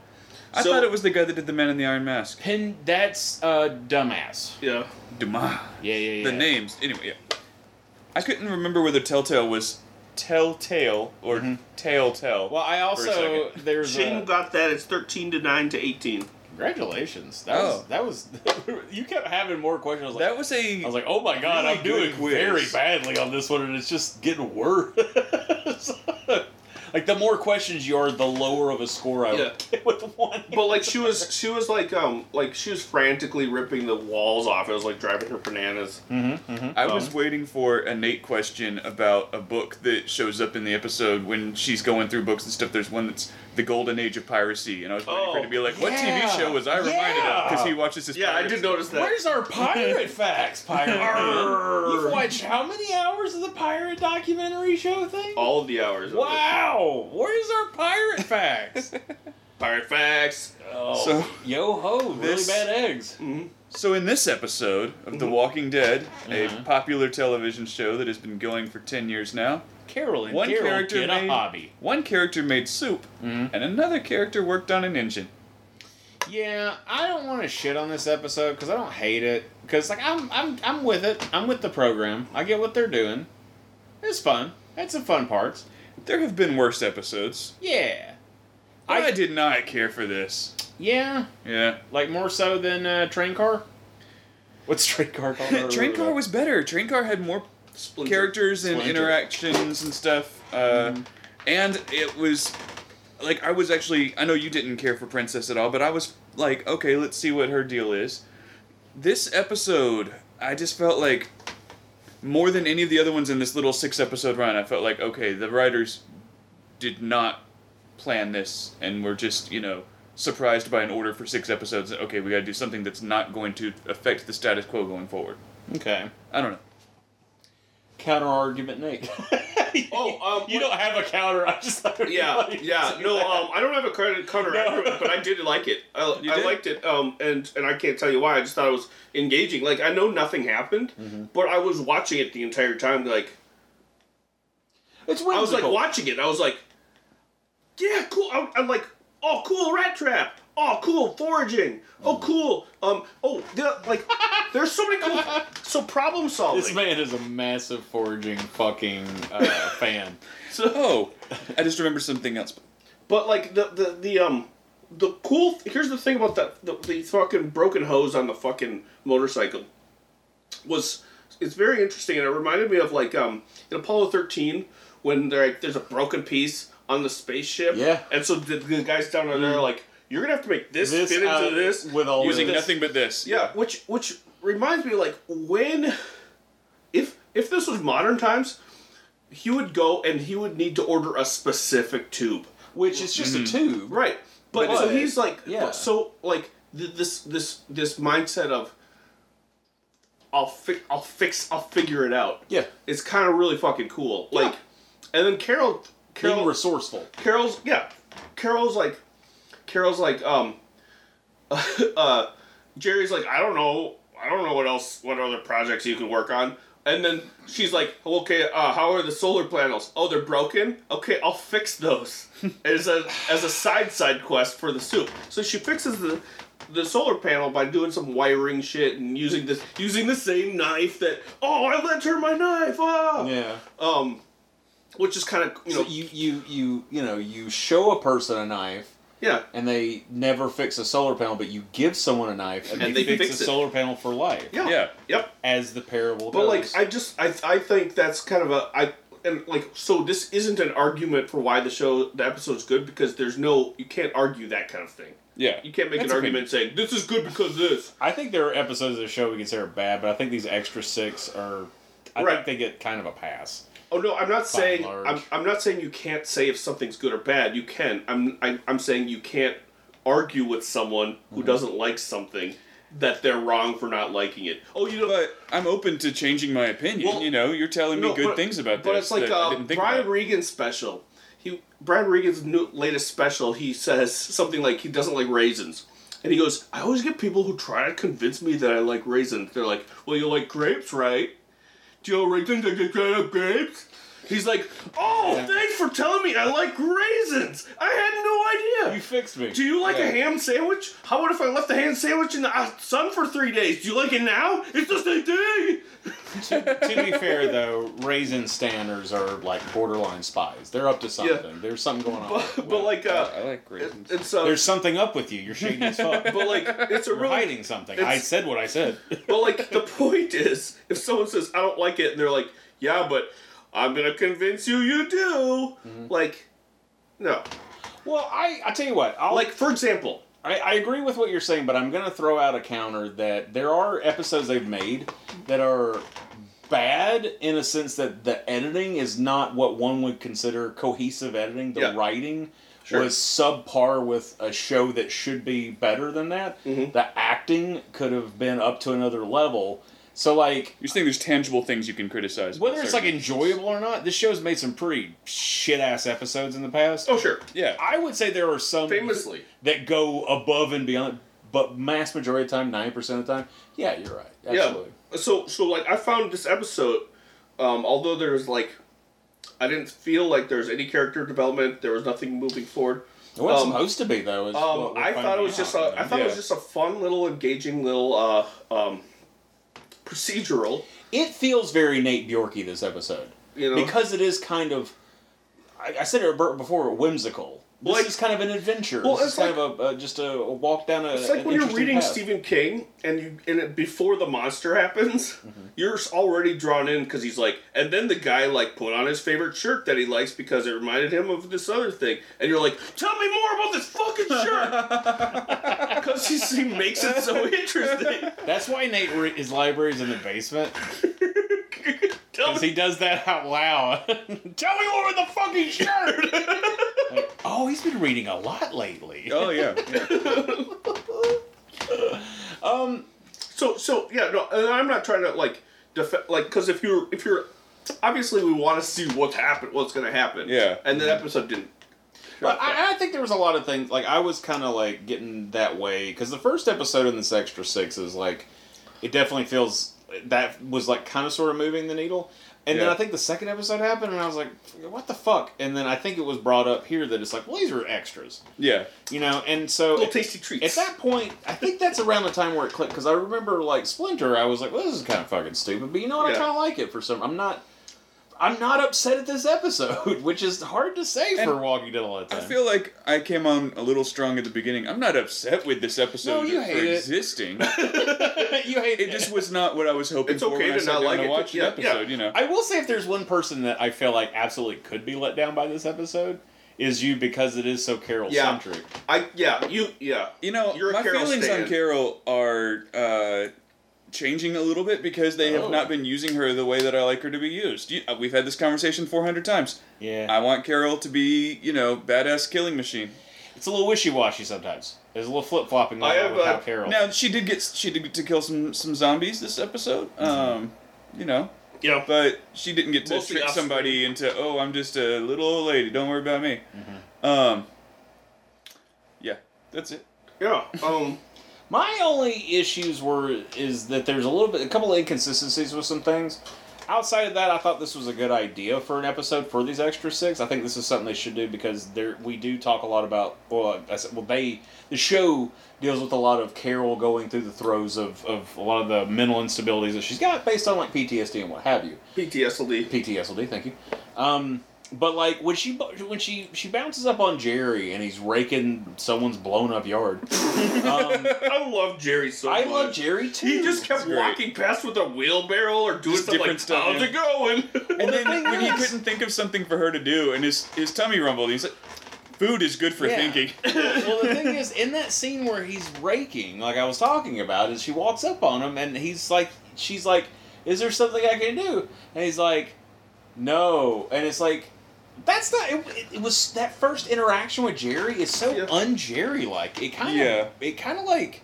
Speaker 3: I
Speaker 2: So-
Speaker 3: thought it was the guy that did the Man in the Iron Mask.
Speaker 2: Pin. That's uh, dumbass.
Speaker 1: Yeah.
Speaker 3: Dumas.
Speaker 2: Yeah, yeah, yeah.
Speaker 3: The names. Anyway, yeah. I couldn't remember whether Telltale was Telltale or Telltale.
Speaker 2: Mm-hmm. Well, I also
Speaker 3: second.
Speaker 2: there's
Speaker 1: Shane
Speaker 2: a,
Speaker 1: got that. It's 13 to 9 to 18.
Speaker 2: congratulations. That
Speaker 3: Oh.
Speaker 2: was that was you kept having more questions. I was like,
Speaker 3: that was a.
Speaker 2: I was like, oh my god,
Speaker 3: really
Speaker 2: I'm
Speaker 3: good
Speaker 2: doing
Speaker 3: quiz.
Speaker 2: very badly on this one, and it's just getting worse. like the more questions you are, the lower of a score I
Speaker 1: Yeah.
Speaker 2: would get with one.
Speaker 1: But like she was, she was like, um, like she was frantically ripping the walls off. It was like driving her bananas.
Speaker 3: Mm-hmm. I
Speaker 2: Um,
Speaker 3: was waiting for a Nate question about a book that shows up in the episode when she's going through books and stuff. There's one that's the Golden Age of Piracy, and I was waiting for
Speaker 1: Oh,
Speaker 3: it to be like, "What
Speaker 2: yeah.
Speaker 3: TV show was I reminded of?" Because
Speaker 2: Yeah.
Speaker 3: he watches this.
Speaker 1: Yeah, I
Speaker 3: pirate
Speaker 1: did
Speaker 3: stuff.
Speaker 1: notice that.
Speaker 2: Where's our pirate facts, pirate? man? You've watched how many hours of the pirate documentary show thing?
Speaker 1: all of the hours? of it.
Speaker 2: Wow, where's our pirate facts?
Speaker 1: Pirate facts.
Speaker 2: Oh,
Speaker 3: So-
Speaker 2: yo ho,
Speaker 3: This-
Speaker 2: really bad eggs.
Speaker 3: So in this episode of
Speaker 2: Mm-hmm.
Speaker 3: The Walking Dead, a popular television show that has been going for ten years now,
Speaker 2: Carol and
Speaker 3: one
Speaker 2: Carol
Speaker 3: character
Speaker 2: get
Speaker 3: made
Speaker 2: a hobby. Mm-hmm.
Speaker 3: one character made soup, and another character worked on an engine.
Speaker 2: Yeah, I don't want to shit on this episode because I don't hate it. Because like I'm, I'm, I'm with it. I'm with the program. I get what they're doing. It's fun. That's the fun parts.
Speaker 3: There have been worse episodes.
Speaker 2: Yeah,
Speaker 3: I, did not care for this.
Speaker 2: yeah.
Speaker 3: Yeah,
Speaker 2: Like more so than uh, train car. What's train car called?
Speaker 3: Train Car was better. Train Car had more
Speaker 1: Splinter.
Speaker 3: characters and
Speaker 2: Splinter.
Speaker 3: interactions and stuff. Uh, And it was like I was actually I know you didn't care for Princess at all, but I was like, okay, let's see what her deal is. This episode, I just felt like more than any of the other ones in this little six episode run, I felt like okay, the writers did not plan this and were just you know surprised by an order for six episodes. Okay, we got to do something that's not going to affect the status quo going forward.
Speaker 2: okay.
Speaker 3: I don't know.
Speaker 2: Counter argument, Nick.
Speaker 1: Oh, um,
Speaker 2: you don't have a counter. I just
Speaker 1: Yeah, yeah. No, um, I don't have a credit counter, accurate, but I did like it. I,
Speaker 3: You
Speaker 1: I
Speaker 3: did?
Speaker 1: liked it, um, and and I can't tell you why. I just thought it was engaging. Like I know nothing happened,
Speaker 2: Mm-hmm.
Speaker 1: but I was watching it the entire time. Like
Speaker 2: It's
Speaker 1: I was like
Speaker 2: whimsical.
Speaker 1: watching it. I was like, yeah, cool. I'm, I'm like, oh, cool rat trap. Oh, cool foraging. Oh, cool. Um, oh, the, like there's so many cool. So problem solving.
Speaker 2: This man is a massive foraging fucking uh, fan.
Speaker 3: So Oh, I just remembered something else.
Speaker 1: But like the the the um the cool th- here's the thing about that the, the fucking broken hose on the fucking motorcycle was it's very interesting and it reminded me of like um in Apollo 13 when they're like there's a broken piece on the spaceship
Speaker 2: Yeah. Mm.
Speaker 1: and so the, the guys down there are like you're gonna have to make this,
Speaker 2: This
Speaker 1: fit into
Speaker 2: out
Speaker 1: this
Speaker 2: with all
Speaker 3: Using
Speaker 2: this.
Speaker 3: nothing but this.
Speaker 1: yeah, which which reminds me, like when, if if this was modern times, he would go and he would need to order a specific tube.
Speaker 2: which is just a tube.
Speaker 1: Mm-hmm. Right. But,
Speaker 2: But-
Speaker 1: so he's like,
Speaker 2: Yeah.
Speaker 1: so like th- this this this mindset of I'll fi- I'll fix I'll figure it out.
Speaker 2: Yeah.
Speaker 1: It's kind of really fucking cool. Like, and then Carol
Speaker 2: Being
Speaker 1: Carol
Speaker 2: resourceful.
Speaker 1: Carol's yeah, Carol's like Carol's like um uh Jerry's like I don't know I don't know what else what other projects you can work on. And then she's like, "Okay, uh, how are the solar panels? Oh, they're broken. Okay, I'll fix those as a as a side side quest for the soup." So she fixes the the solar panel by doing some wiring shit and using this using the same knife that oh I lent her my knife ah
Speaker 2: Yeah.
Speaker 1: um, which is kind of you know
Speaker 2: So you you you you know you show a person a knife
Speaker 1: yeah
Speaker 2: and they never fix a solar panel, but you give someone a knife and,
Speaker 1: And
Speaker 2: they,
Speaker 1: they
Speaker 2: fix,
Speaker 1: fix
Speaker 2: a
Speaker 1: it.
Speaker 2: solar panel for life.
Speaker 1: yeah
Speaker 3: Yeah.
Speaker 1: yep
Speaker 2: As the parable
Speaker 1: But
Speaker 2: goes.
Speaker 1: like, I just I I think that's kind of a I and like so this isn't an argument for why the show the episode's good because there's no you can't argue that kind of thing.
Speaker 3: Yeah.
Speaker 1: You can't make
Speaker 3: That's
Speaker 1: an
Speaker 3: a
Speaker 1: argument saying this is good because this.
Speaker 2: I think there are episodes of the show we consider bad, but I think these extra six are. I
Speaker 1: Right.
Speaker 2: think they get kind of a pass.
Speaker 1: Oh no, I'm not
Speaker 2: and
Speaker 1: saying
Speaker 2: large.
Speaker 1: I'm, I'm not saying you can't say if something's good or bad. You can. I'm I, I'm saying you can't argue with someone
Speaker 2: Mm-hmm.
Speaker 1: who doesn't like something that they're wrong for not liking it. Oh, you know.
Speaker 3: But I'm open to changing my opinion.
Speaker 1: Well,
Speaker 3: you know, you're telling me
Speaker 1: No,
Speaker 3: good
Speaker 1: but-
Speaker 3: things about
Speaker 1: but
Speaker 3: this.
Speaker 1: it's like
Speaker 3: that I
Speaker 1: uh,
Speaker 3: didn't think
Speaker 1: Brian
Speaker 3: about.
Speaker 1: Regan's special. He Brian Regan's new, latest special. He says something like he doesn't like raisins, and he goes, "I always get people who try to convince me that I like raisins. They're like, well, you like grapes, right? Do you like raisins? Do you like grapes?'" He's like, "Oh, thanks for telling me I like raisins. I had no idea."
Speaker 2: You fixed me.
Speaker 1: Do you like
Speaker 3: Yeah.
Speaker 1: a ham sandwich? How about if I left the ham sandwich in the uh, sun for three days? Do you like it now? It's the same thing.
Speaker 2: to be fair, though, raisin standers are like borderline spies. They're up to something. There's something going on.
Speaker 1: But like, uh,
Speaker 3: I like raisins.
Speaker 1: it's uh,
Speaker 2: there's something up with you. You're shady as fuck.
Speaker 1: but like it's a
Speaker 2: You're
Speaker 1: really
Speaker 2: hiding something. I
Speaker 1: it's-
Speaker 2: said what I said.
Speaker 1: but like the point is if someone says i don't like it and they're like yeah but i'm gonna convince you you do
Speaker 2: Mm-hmm.
Speaker 1: like no
Speaker 2: well, I I tell you what. I'll,
Speaker 1: like for example
Speaker 2: I, I agree with what you're saying, but I'm going to throw out a counter that there are episodes they've made that are bad in a sense that the editing is not what one would consider cohesive editing. The
Speaker 1: Yeah.
Speaker 2: writing
Speaker 1: Sure.
Speaker 2: was subpar with a show that should be better than that.
Speaker 1: Mm-hmm.
Speaker 2: The acting could have been up to another level. So, like,
Speaker 3: You're saying there's tangible things you can criticize. about
Speaker 2: whether it's like
Speaker 3: certain-
Speaker 2: enjoyable or not, this show's made some pretty shit ass episodes in the past.
Speaker 1: oh sure
Speaker 3: yeah,
Speaker 2: I would say there are some
Speaker 1: Famously.
Speaker 2: that go above and beyond, but mass majority of the time, nine percent of the time, yeah, you're right. Absolutely.
Speaker 1: yeah so so like i found this episode um although there's like i didn't feel like there's any character development there was nothing moving forward
Speaker 2: It wasn't
Speaker 1: Um,
Speaker 2: supposed to be though. is
Speaker 1: Um,
Speaker 2: what we're
Speaker 1: I thought it
Speaker 2: finding
Speaker 1: was just
Speaker 2: out,
Speaker 1: a, I
Speaker 2: you know?
Speaker 1: thought it was
Speaker 3: Yeah.
Speaker 1: just a fun little engaging little uh, um, procedural.
Speaker 2: It feels very Nate Bjorky this episode,
Speaker 1: You know?
Speaker 2: because it is kind of. I, I said it before, whimsical. This
Speaker 1: Like-
Speaker 2: is kind of an adventure.
Speaker 1: Well,
Speaker 2: this
Speaker 1: it's
Speaker 2: is kind of a, a just a, a walk down a.
Speaker 1: It's like
Speaker 2: an
Speaker 1: when you're
Speaker 2: interesting
Speaker 1: reading
Speaker 2: path.
Speaker 1: Stephen King and you and it, before the monster happens, you're already drawn in because he's like, and then the guy like put on his favorite shirt that he likes because it reminded him of this other thing, and you're like, tell me more about this fucking shirt because he makes it so interesting.
Speaker 2: That's why Nate re- his library's in the basement
Speaker 1: tell
Speaker 2: because
Speaker 1: me.
Speaker 2: he does that out loud. Tell me more with the fucking shirt. Like, oh, he's been reading a lot lately.
Speaker 3: oh yeah, yeah.
Speaker 1: So so yeah no, and I'm not trying to like def like because if you're if you're obviously we want to see what's happen what's gonna happen
Speaker 3: Yeah.
Speaker 1: and the episode didn't
Speaker 2: But I, I think there was a lot of things like I was kind of like getting that way because the first episode in this extra six is like it definitely feels that was like kind of sort of moving the needle. And then
Speaker 3: Yeah.
Speaker 2: I think the second episode happened, and I was like, "What the fuck?" And then I think it was brought up here that it's like, "Well, these are extras,"
Speaker 3: yeah.
Speaker 2: you know. And so
Speaker 1: little tasty treats
Speaker 2: At that point, I think that's around the time where it clicked because I remember like Splinter. I was like, "Well, this is kind of fucking stupid," but you know what?
Speaker 1: Yeah.
Speaker 2: I kind of like it for some. I'm not. I'm not upset at this episode, which is hard to say for
Speaker 3: And
Speaker 2: Walking Dead a lot of
Speaker 3: I
Speaker 2: times.
Speaker 3: feel like I came on a little strong at the beginning. I'm not upset with this episode
Speaker 2: No, you
Speaker 3: for
Speaker 2: hate it.
Speaker 3: existing.
Speaker 2: you hate
Speaker 3: it just was not what I was hoping
Speaker 1: It's
Speaker 3: for
Speaker 1: okay
Speaker 3: when I
Speaker 1: to not
Speaker 3: sat down
Speaker 1: like
Speaker 3: to
Speaker 1: it.
Speaker 3: watch
Speaker 1: Yeah,
Speaker 3: an episode.
Speaker 1: yeah.
Speaker 3: You know,
Speaker 2: I will say, if there's one person that I feel like absolutely could be let down by this episode, is you because it is so Carol centric.
Speaker 1: I yeah you yeah
Speaker 3: you know,
Speaker 1: You're a
Speaker 3: my
Speaker 1: Carol
Speaker 3: feelings
Speaker 1: stan.
Speaker 3: on Carol are uh, changing a little bit because they
Speaker 2: Oh.
Speaker 3: have not been using her the way that I like her to be used. You, uh, we've had this conversation 400 times.
Speaker 2: Yeah.
Speaker 3: I want Carol to be, you know, badass killing machine.
Speaker 2: It's a little wishy washy sometimes. There's a little flip flopping
Speaker 1: I have,
Speaker 2: with how
Speaker 1: uh,
Speaker 2: Carol.
Speaker 3: Now she did get she did get to kill some some zombies this episode.
Speaker 2: Mm-hmm.
Speaker 3: Um, you know,
Speaker 1: yeah
Speaker 3: but she didn't get to
Speaker 1: Mostly
Speaker 3: trick
Speaker 1: offspring.
Speaker 3: somebody into oh I'm just a little old lady. Don't worry about me.
Speaker 2: Mm-hmm.
Speaker 3: Um, yeah, that's it.
Speaker 1: yeah um
Speaker 2: My only issues were is that there's a little bit, a couple of inconsistencies with some things. outside of that, I thought this was a good idea for an episode for these extra six. I think this is something they should do because there we do talk a lot about. Well, I said, well, they the show deals with a lot of Carol going through the throes of, of a lot of the mental instabilities that she's got based on like PTSD and what have you.
Speaker 1: PTSD.
Speaker 2: PTSD. Thank you. Um, but like when she bu- when she she bounces up on Jerry and he's raking someone's blown up yard. um,
Speaker 1: I love Jerry so
Speaker 2: I
Speaker 1: much.
Speaker 2: love Jerry too.
Speaker 1: He just kept
Speaker 3: It's great.
Speaker 1: walking past with a wheelbarrow or doing
Speaker 3: Just
Speaker 1: something like,
Speaker 3: different stuff,
Speaker 1: how's
Speaker 3: yeah.
Speaker 1: it going?
Speaker 3: And then
Speaker 2: thing
Speaker 3: when he
Speaker 2: is-
Speaker 3: couldn't think of something for her to do, and his his tummy rumbled, he's like, "Food is good for
Speaker 2: Yeah.
Speaker 3: thinking."
Speaker 2: well, the thing is, in that scene where he's raking, like I was talking about, is she walks up on him and he's like, she's like, "Is there something I can do?" And he's like, "No." And it's like, that's not. It, it, it was that first interaction with Jerry is so
Speaker 1: Yeah.
Speaker 2: un-Jerry like. It kind of,
Speaker 3: Yeah.
Speaker 2: it kind of like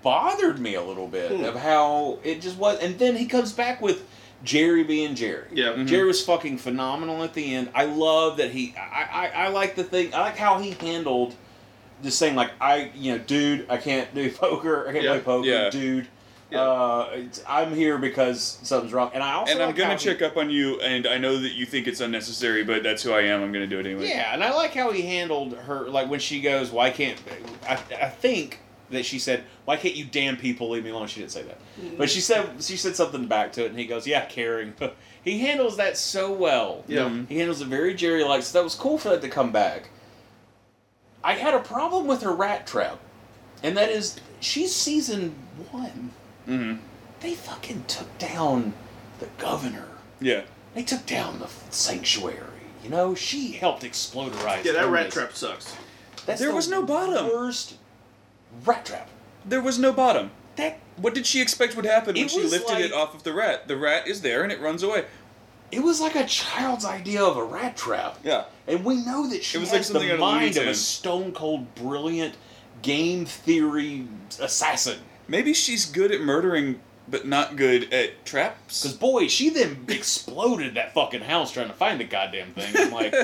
Speaker 2: bothered me a little bit
Speaker 1: Hmm.
Speaker 2: of how it just was. And then he comes back with Jerry being Jerry.
Speaker 1: Yeah. Mhm.
Speaker 2: Jerry was fucking phenomenal at the end. I love that he. I, I, I like the thing. I like how he handled just saying like I you know dude I can't do poker I can't
Speaker 1: Yeah,
Speaker 2: play poker
Speaker 3: yeah.
Speaker 2: dude
Speaker 1: Yeah.
Speaker 2: uh, it's- I'm here because something's wrong and I also
Speaker 3: and I'm
Speaker 2: like
Speaker 3: gonna
Speaker 2: how he-
Speaker 3: check up on you, and I know that you think it's unnecessary, but that's who I am. I'm gonna do it anyway.
Speaker 2: yeah and I like how he handled her like when she goes why can't I, I think that she said why can't you damn people leave me alone she didn't say that but she said she said something back to it and he goes yeah caring he handles that so well Mm-hmm.
Speaker 1: Yeah.
Speaker 2: he handles it very Jerry like so that was cool for that to come back I had a problem with her rat trap and that is she's season one.
Speaker 3: Mhm.
Speaker 2: They fucking took down the governor.
Speaker 3: Yeah.
Speaker 2: They took down the f- sanctuary. You know, she helped exploderize.
Speaker 1: yeah, that rat
Speaker 2: homeless.
Speaker 1: trap sucks.
Speaker 2: That's
Speaker 3: There
Speaker 2: the
Speaker 3: was no bottom.
Speaker 2: Worst rat trap.
Speaker 3: There was no bottom.
Speaker 2: That
Speaker 3: What did she expect would happen when
Speaker 2: It
Speaker 3: she
Speaker 2: was
Speaker 3: lifted it
Speaker 2: like-
Speaker 3: off of the rat? The rat is there and it runs away.
Speaker 2: it was like a child's idea of a rat trap.
Speaker 3: Yeah.
Speaker 2: And we know that she
Speaker 3: It was like
Speaker 2: has
Speaker 3: something out
Speaker 2: the
Speaker 3: of Looney
Speaker 2: mind of a
Speaker 3: Tunes.
Speaker 2: stone cold, brilliant game theory assassin.
Speaker 3: Maybe she's good at murdering, but not good
Speaker 2: Because
Speaker 3: at traps.
Speaker 2: boy, she then exploded that fucking house trying to find the goddamn thing. I'm like,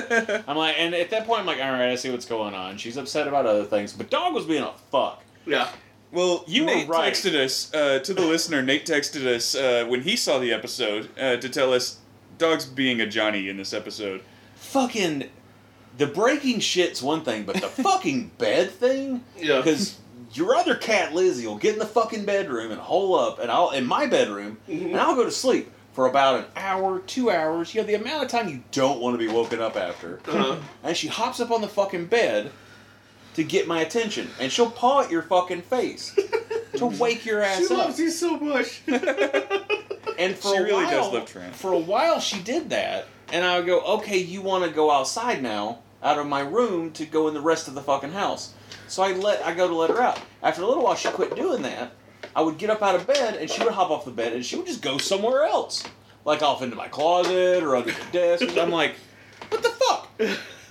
Speaker 2: I'm like, and at that point, I'm like, all right, I see what's going on. She's upset about other things, but dog was being a fuck.
Speaker 1: Yeah.
Speaker 3: Well,
Speaker 2: You were
Speaker 3: Nate
Speaker 2: right.
Speaker 3: texted us uh, to the listener. Nate texted us uh, when he saw the episode uh, to tell us dogs being a Johnny in this episode.
Speaker 2: Fucking, the breaking shit's one thing, but the fucking bed thing,
Speaker 1: Yeah.
Speaker 2: because your other cat Lizzie will get in the fucking bedroom and hole up, and I'll in my bedroom,
Speaker 1: Mm-hmm.
Speaker 2: and I'll go to sleep for about an hour, two hours. You know, the amount of time you don't want to be woken up after.
Speaker 1: Uh,
Speaker 2: and she hops up on the fucking bed to get my attention, and she'll paw at your fucking face to wake your
Speaker 1: she
Speaker 2: ass up.
Speaker 1: loves you so much.
Speaker 2: And for
Speaker 3: She
Speaker 2: a
Speaker 3: really
Speaker 2: while,
Speaker 3: does love Trent.
Speaker 2: For a while, she did that, and I would go, "Okay, you want to go outside now, out of my room to go in the rest of the fucking house." So I let I go to let her out. After a little while, she quit doing that. I would get up out of bed, and she would hop off the bed, and she would just go somewhere else, like off into my closet or under the desk. I'm like, "What the fuck?"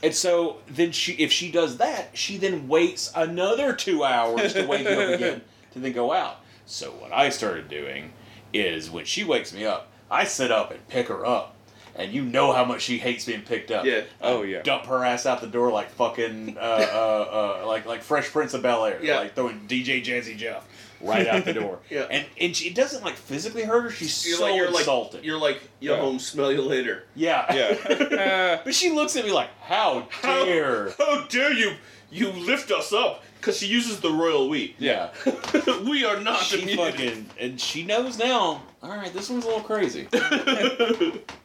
Speaker 2: And so then she, if she does that, she then waits another two hours to wake you up again to then go out. So what I started doing is when she wakes me up, I sit up and pick her up. And you know how much she hates being picked up. Uh,
Speaker 1: Yeah.
Speaker 3: Oh, yeah.
Speaker 2: Dump her ass out the door like fucking uh, uh, uh, like like Fresh Prince of Bel Air.
Speaker 1: Yeah.
Speaker 2: Like throwing DJ Jazzy Jeff right out the door.
Speaker 1: Yeah.
Speaker 2: And and she, it doesn't like physically hurt her. She's
Speaker 1: You're
Speaker 2: so
Speaker 1: like, you're
Speaker 2: insulted.
Speaker 1: like, you're like, you
Speaker 3: Yeah.
Speaker 1: home, smell you later.
Speaker 2: yeah.
Speaker 3: Yeah.
Speaker 2: But she looks at me like, how
Speaker 1: How,
Speaker 2: dare?
Speaker 1: how dare you? You lift us up because she uses the royal we.
Speaker 2: Yeah.
Speaker 1: we are not
Speaker 2: she
Speaker 1: immune.
Speaker 2: fucking and she knows now. All right, this one's a little crazy.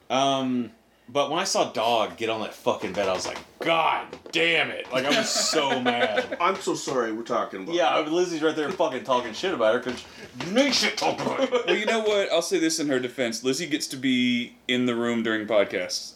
Speaker 2: um, but when I saw dog get on that fucking bed, I was like, God damn it! Like I was so mad.
Speaker 1: I'm so sorry. We're talking about.
Speaker 2: Yeah, I mean, Lizzie's right there fucking talking shit about her because you ain't shit talking about her.
Speaker 3: well, you know what? I'll say this in her defense: Lizzie gets to be in the room during podcasts.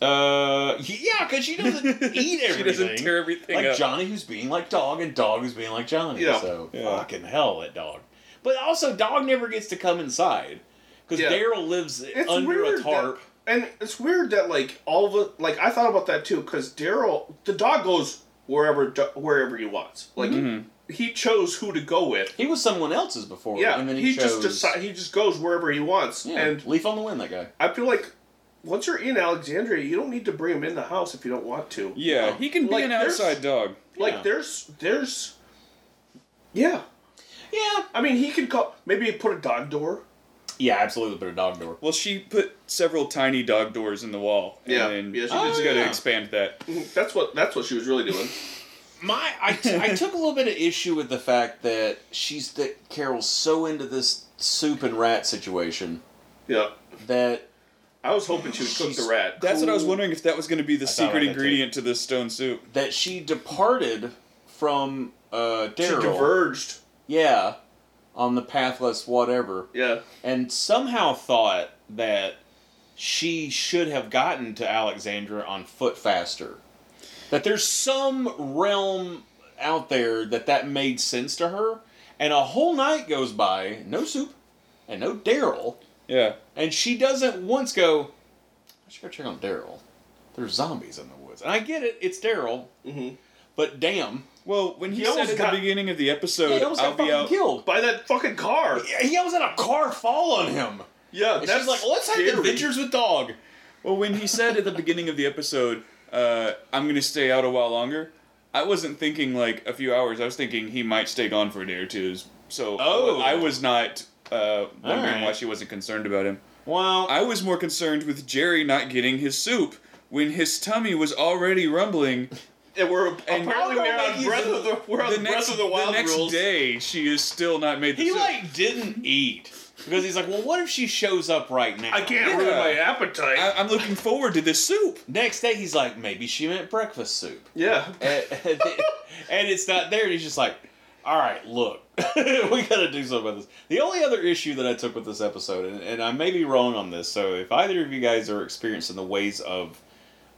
Speaker 2: Uh, yeah, because she doesn't eat everything.
Speaker 3: She doesn't tear everything
Speaker 2: like
Speaker 3: up.
Speaker 2: Johnny, who's being like dog, and dog who's being like Johnny.
Speaker 1: Yeah.
Speaker 2: So
Speaker 3: Yeah.
Speaker 2: fucking hell, that dog. But also, dog never gets to come inside because
Speaker 1: Yeah.
Speaker 2: Daryl lives
Speaker 1: it's
Speaker 2: under
Speaker 1: weird
Speaker 2: a tarp.
Speaker 1: That, and it's weird that like all of the like I thought about that too because Daryl the dog goes wherever do- wherever he wants. Like
Speaker 2: Mm-hmm.
Speaker 1: he chose who to go with.
Speaker 2: He was someone else's before,
Speaker 1: Yeah,
Speaker 2: and then
Speaker 1: he,
Speaker 2: he,
Speaker 1: just
Speaker 2: chose.
Speaker 1: decide he just goes wherever he wants.
Speaker 2: yeah,
Speaker 1: And
Speaker 2: Leaf on the Wind, that guy.
Speaker 1: I feel like once you're in Alexandria, you don't need to bring him in the house if you don't want to.
Speaker 3: Yeah, he can be
Speaker 1: Like,
Speaker 3: an
Speaker 1: there's-
Speaker 3: outside dog.
Speaker 1: Like
Speaker 2: Yeah.
Speaker 1: there's there's yeah.
Speaker 2: Yeah,
Speaker 1: I mean, he could call maybe put a dog door.
Speaker 2: Yeah, absolutely. But a dog door.
Speaker 3: Well, she put several tiny dog doors in the wall. And
Speaker 1: Yeah.
Speaker 3: Then
Speaker 1: Yeah, she
Speaker 3: she just
Speaker 1: did.
Speaker 3: got to
Speaker 2: Oh, yeah.
Speaker 3: expand that.
Speaker 1: Mm-hmm. That's what that's what she was really doing.
Speaker 2: My, I, t- I took a little bit of issue with the fact that she's that Carol's so into this soup and rat situation
Speaker 1: Yeah.
Speaker 2: that
Speaker 1: I was hoping she would cook
Speaker 2: She's-
Speaker 1: the rat.
Speaker 3: That's what I was
Speaker 2: Cool.
Speaker 3: wondering if that was going to be the
Speaker 2: thought I
Speaker 3: secret
Speaker 2: had that too.
Speaker 3: ingredient to this stone soup.
Speaker 2: that she departed from uh,
Speaker 1: She
Speaker 2: Daryl.
Speaker 1: diverged.
Speaker 2: yeah, on the pathless whatever.
Speaker 1: Yeah.
Speaker 2: and somehow thought that she should have gotten to Alexandria on foot faster. That there's some realm out there that that made sense to her, and a whole night goes by, no soup, and no Daryl,
Speaker 3: Yeah.
Speaker 2: and she doesn't once go. I should go check on Daryl. There's zombies in the woods, and I get it. It's Daryl,
Speaker 3: Mm-hmm.
Speaker 2: but damn,
Speaker 3: Well, when he,
Speaker 1: He
Speaker 3: said
Speaker 1: almost
Speaker 3: at
Speaker 1: got-
Speaker 3: the beginning of the
Speaker 2: he
Speaker 3: episode,
Speaker 2: almost
Speaker 3: I'll
Speaker 2: got
Speaker 3: be
Speaker 2: fucking
Speaker 3: out.
Speaker 2: killed.
Speaker 1: By that fucking car.
Speaker 2: Yeah, He almost had a car fall on him.
Speaker 1: Yeah.
Speaker 2: And
Speaker 1: that's
Speaker 2: she's like, "Let's have
Speaker 1: scary.
Speaker 2: adventures with dog."
Speaker 3: Well, when he said at the beginning of the episode, uh, I'm going to stay out a while longer, I wasn't thinking like a few hours. I was thinking he might stay gone for a day or two. So
Speaker 2: Oh.
Speaker 3: I was not uh, wondering
Speaker 2: right.
Speaker 3: why she wasn't concerned about him.
Speaker 2: Well,
Speaker 3: I was more concerned with Jerry not getting his soup when his tummy was already rumbling.
Speaker 1: And we're apparently
Speaker 2: I'll go
Speaker 1: we're on
Speaker 2: back
Speaker 1: breath
Speaker 2: using
Speaker 1: of the we're on
Speaker 3: the
Speaker 1: breath
Speaker 3: next,
Speaker 1: of the wild
Speaker 3: next
Speaker 1: rules.
Speaker 3: day, she is still not made the
Speaker 2: he
Speaker 3: soup.
Speaker 2: like didn't eat because he's like, well, what if she shows up right now?
Speaker 1: I can't ruin
Speaker 3: Yeah.
Speaker 1: my appetite.
Speaker 3: I, I'm looking forward to this soup.
Speaker 2: Next day, he's like, maybe she meant breakfast soup,
Speaker 1: yeah.
Speaker 2: and, and it's not there. And he's just like, all right, look, we gotta do something about this. The only other issue that I took with this episode, and, and I may be wrong on this, so if either of you guys are experienced in the ways of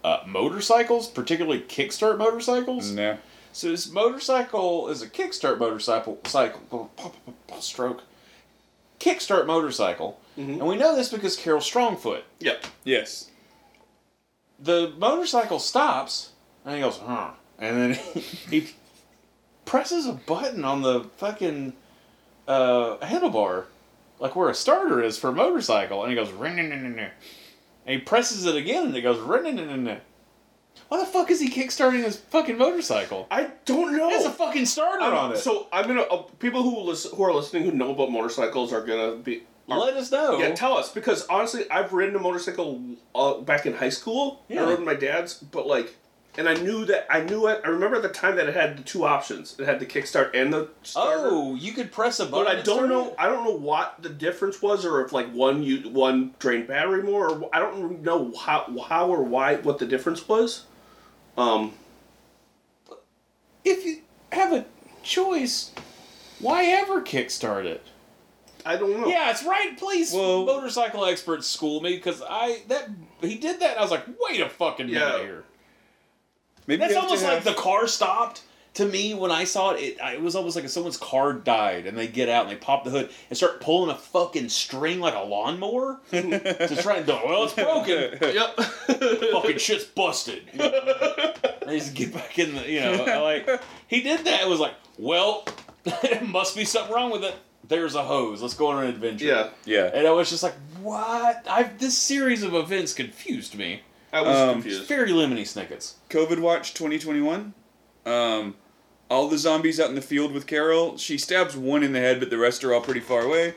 Speaker 2: uh, motorcycles, particularly kickstart motorcycles,
Speaker 3: No.
Speaker 2: So this motorcycle is a kickstart motorcycle cycle stroke. Kickstart motorcycle. And we know this because Carol Strongfoot.
Speaker 1: Yep.
Speaker 3: Yes.
Speaker 2: The motorcycle stops and he goes, huh. And then he presses a button on the fucking uh, handlebar, like where a starter is for a motorcycle, and he goes, ring And he presses it again and it goes, ring Why the fuck is he kickstarting his fucking motorcycle?
Speaker 1: I don't know.
Speaker 2: It has a fucking starter
Speaker 1: I'm-
Speaker 2: on it.
Speaker 1: So I'm gonna uh, people who listen, who are listening who know about motorcycles are gonna be
Speaker 2: Let us know.
Speaker 1: Yeah, tell us because honestly, I've ridden a motorcycle uh, back in high school.
Speaker 2: Yeah.
Speaker 1: I rode my dad's, but like, and I knew that I knew it. I remember at the time that it had the two options. It had the kickstart and the starter.
Speaker 2: oh, you could press a button.
Speaker 1: But I
Speaker 2: and
Speaker 1: don't
Speaker 2: start
Speaker 1: know.
Speaker 2: it?
Speaker 1: I don't know what the difference was, or if like one you one drained battery more. Or I don't know how how or why what the difference was. Um,
Speaker 2: If you have a choice, why ever kickstart it?
Speaker 1: I don't know.
Speaker 2: Yeah, it's right. Please,
Speaker 3: Oh. Well-
Speaker 2: motorcycle experts, school me because I that he did that. And I was like, wait a fucking
Speaker 1: Yeah.
Speaker 2: minute here.
Speaker 3: Maybe
Speaker 2: That's
Speaker 3: you have to
Speaker 2: almost like
Speaker 3: have-
Speaker 2: the car stopped. To me, when I saw it, it, I- it was almost like if someone's car died and they get out and they pop the hood and start pulling a fucking string like a lawnmower to try and go, well, it's broken.
Speaker 1: Yep.
Speaker 2: fucking shit's busted. and he's get back in the, you know, I like he did that. It was like, well, it must be something wrong with it. There's a hose. Let's go on an adventure.
Speaker 1: yeah.
Speaker 3: Yeah.
Speaker 2: And I was just like, what? I've this series of events confused me.
Speaker 1: I was
Speaker 3: Um,
Speaker 1: confused.
Speaker 2: Very lemony snickets.
Speaker 3: COVID Watch 2021. Um, all the zombies out in the field with Carol. She stabs one in the head, but the rest are all pretty far away.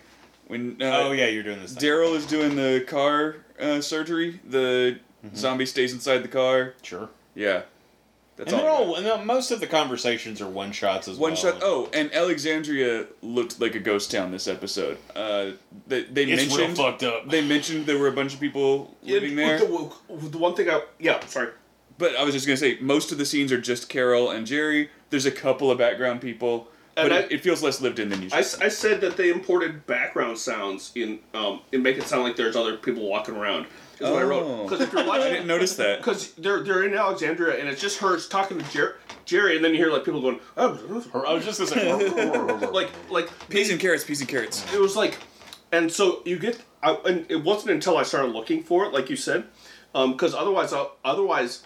Speaker 3: When uh,
Speaker 2: Oh, yeah, you're doing this.
Speaker 3: Daryl is doing the car uh, surgery, the
Speaker 1: Mm-hmm.
Speaker 3: zombie stays inside the car.
Speaker 2: Sure.
Speaker 3: Yeah, that's
Speaker 2: And they're
Speaker 3: all. I got.
Speaker 2: all, and then most of the conversations are one shots as
Speaker 3: One
Speaker 2: well.
Speaker 3: shot. Oh, and Alexandria looked like a ghost town this episode. Uh, they they
Speaker 2: it's
Speaker 3: mentioned
Speaker 2: real fucked up.
Speaker 3: they mentioned there were a bunch of people
Speaker 1: Yeah,
Speaker 3: living there.
Speaker 1: with The, with the one thing I yeah sorry
Speaker 3: But I was just gonna say, most of the scenes are just Carol and Jerry. There's a couple of background people,
Speaker 1: And
Speaker 3: but
Speaker 1: I-
Speaker 3: it, it feels less lived in than
Speaker 1: I,
Speaker 3: usual.
Speaker 1: s- I said that they imported background sounds in um and make it sound like there's other people walking around. Is what I wrote
Speaker 3: Oh.
Speaker 1: because if you're
Speaker 3: I
Speaker 1: watching
Speaker 3: didn't notice that.
Speaker 1: because they're they're in Alexandria and it's just her talking to Jer- Jerry and then you hear like people going oh,
Speaker 2: I was just gonna say,
Speaker 1: like like
Speaker 3: Peas and carrots, peas and carrots.
Speaker 1: it was like, and so you get, I, and it wasn't until I started looking for it, like you said, because otherwise, uh, otherwise,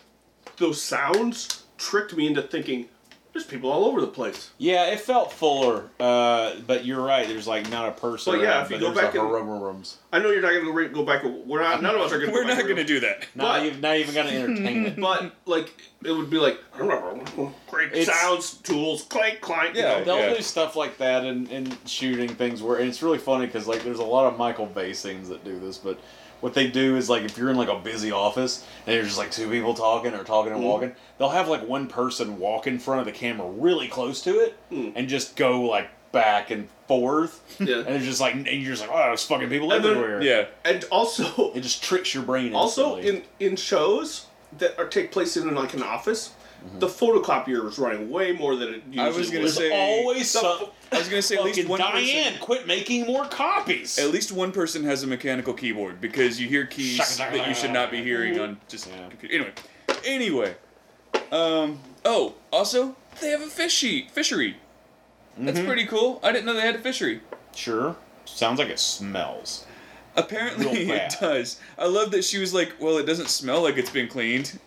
Speaker 1: those sounds tricked me into thinking there's people all over the place.
Speaker 2: Yeah, it felt fuller, uh, but you're right. There's like not a person.
Speaker 1: Well, yeah,
Speaker 2: around,
Speaker 1: if you
Speaker 2: but
Speaker 1: go
Speaker 2: there's
Speaker 1: back
Speaker 2: a
Speaker 1: and-
Speaker 2: hurrumrums.
Speaker 1: I know you're not gonna re- go back. We're not. None of us are gonna.
Speaker 3: We're
Speaker 1: go back
Speaker 3: not gonna do that.
Speaker 2: Not
Speaker 1: But-
Speaker 2: even, not even gonna entertain it.
Speaker 1: But like, it would be like, great different
Speaker 2: It's-
Speaker 1: sounds, tools, clank, clank. you
Speaker 3: Yeah.
Speaker 1: know.
Speaker 2: They'll do stuff like that and, and shooting things where and it's really funny because like there's a lot of Michael Bay scenes that do this, but what they do is like if you're in like a busy office and there's just like two people talking or talking
Speaker 3: Mm-hmm.
Speaker 2: and walking, they'll have like one person walk in front of the camera really close to it
Speaker 3: Hmm.
Speaker 2: and just go like back and forth.
Speaker 1: Yeah.
Speaker 2: And it's just like and you're just like, oh, there's fucking people
Speaker 1: And then-
Speaker 2: everywhere.
Speaker 3: Yeah.
Speaker 1: And also,
Speaker 2: It just tricks your brain.
Speaker 1: also
Speaker 2: instantly.
Speaker 1: in in shows that are take place in like an office, the photocopier was running way more than it usually
Speaker 3: Mm-hmm. I was gonna
Speaker 1: would.
Speaker 2: There's
Speaker 3: say
Speaker 2: always some.
Speaker 3: I was gonna say at least
Speaker 2: fucking
Speaker 3: one person-
Speaker 2: Diane, quit making more copies.
Speaker 3: At least one person has a mechanical keyboard because you hear keys
Speaker 2: Shaka-
Speaker 3: that you should not be hearing on just
Speaker 2: Yeah.
Speaker 3: computer. Anyway, anyway. Um. Oh, also they have a fishy fishery. That's pretty cool. I didn't know they had a fishery.
Speaker 2: Sure. Sounds like it smells.
Speaker 3: Apparently
Speaker 2: Real
Speaker 3: it
Speaker 2: bad.
Speaker 3: does. I love that she was like, "Well, it doesn't smell like it's been cleaned."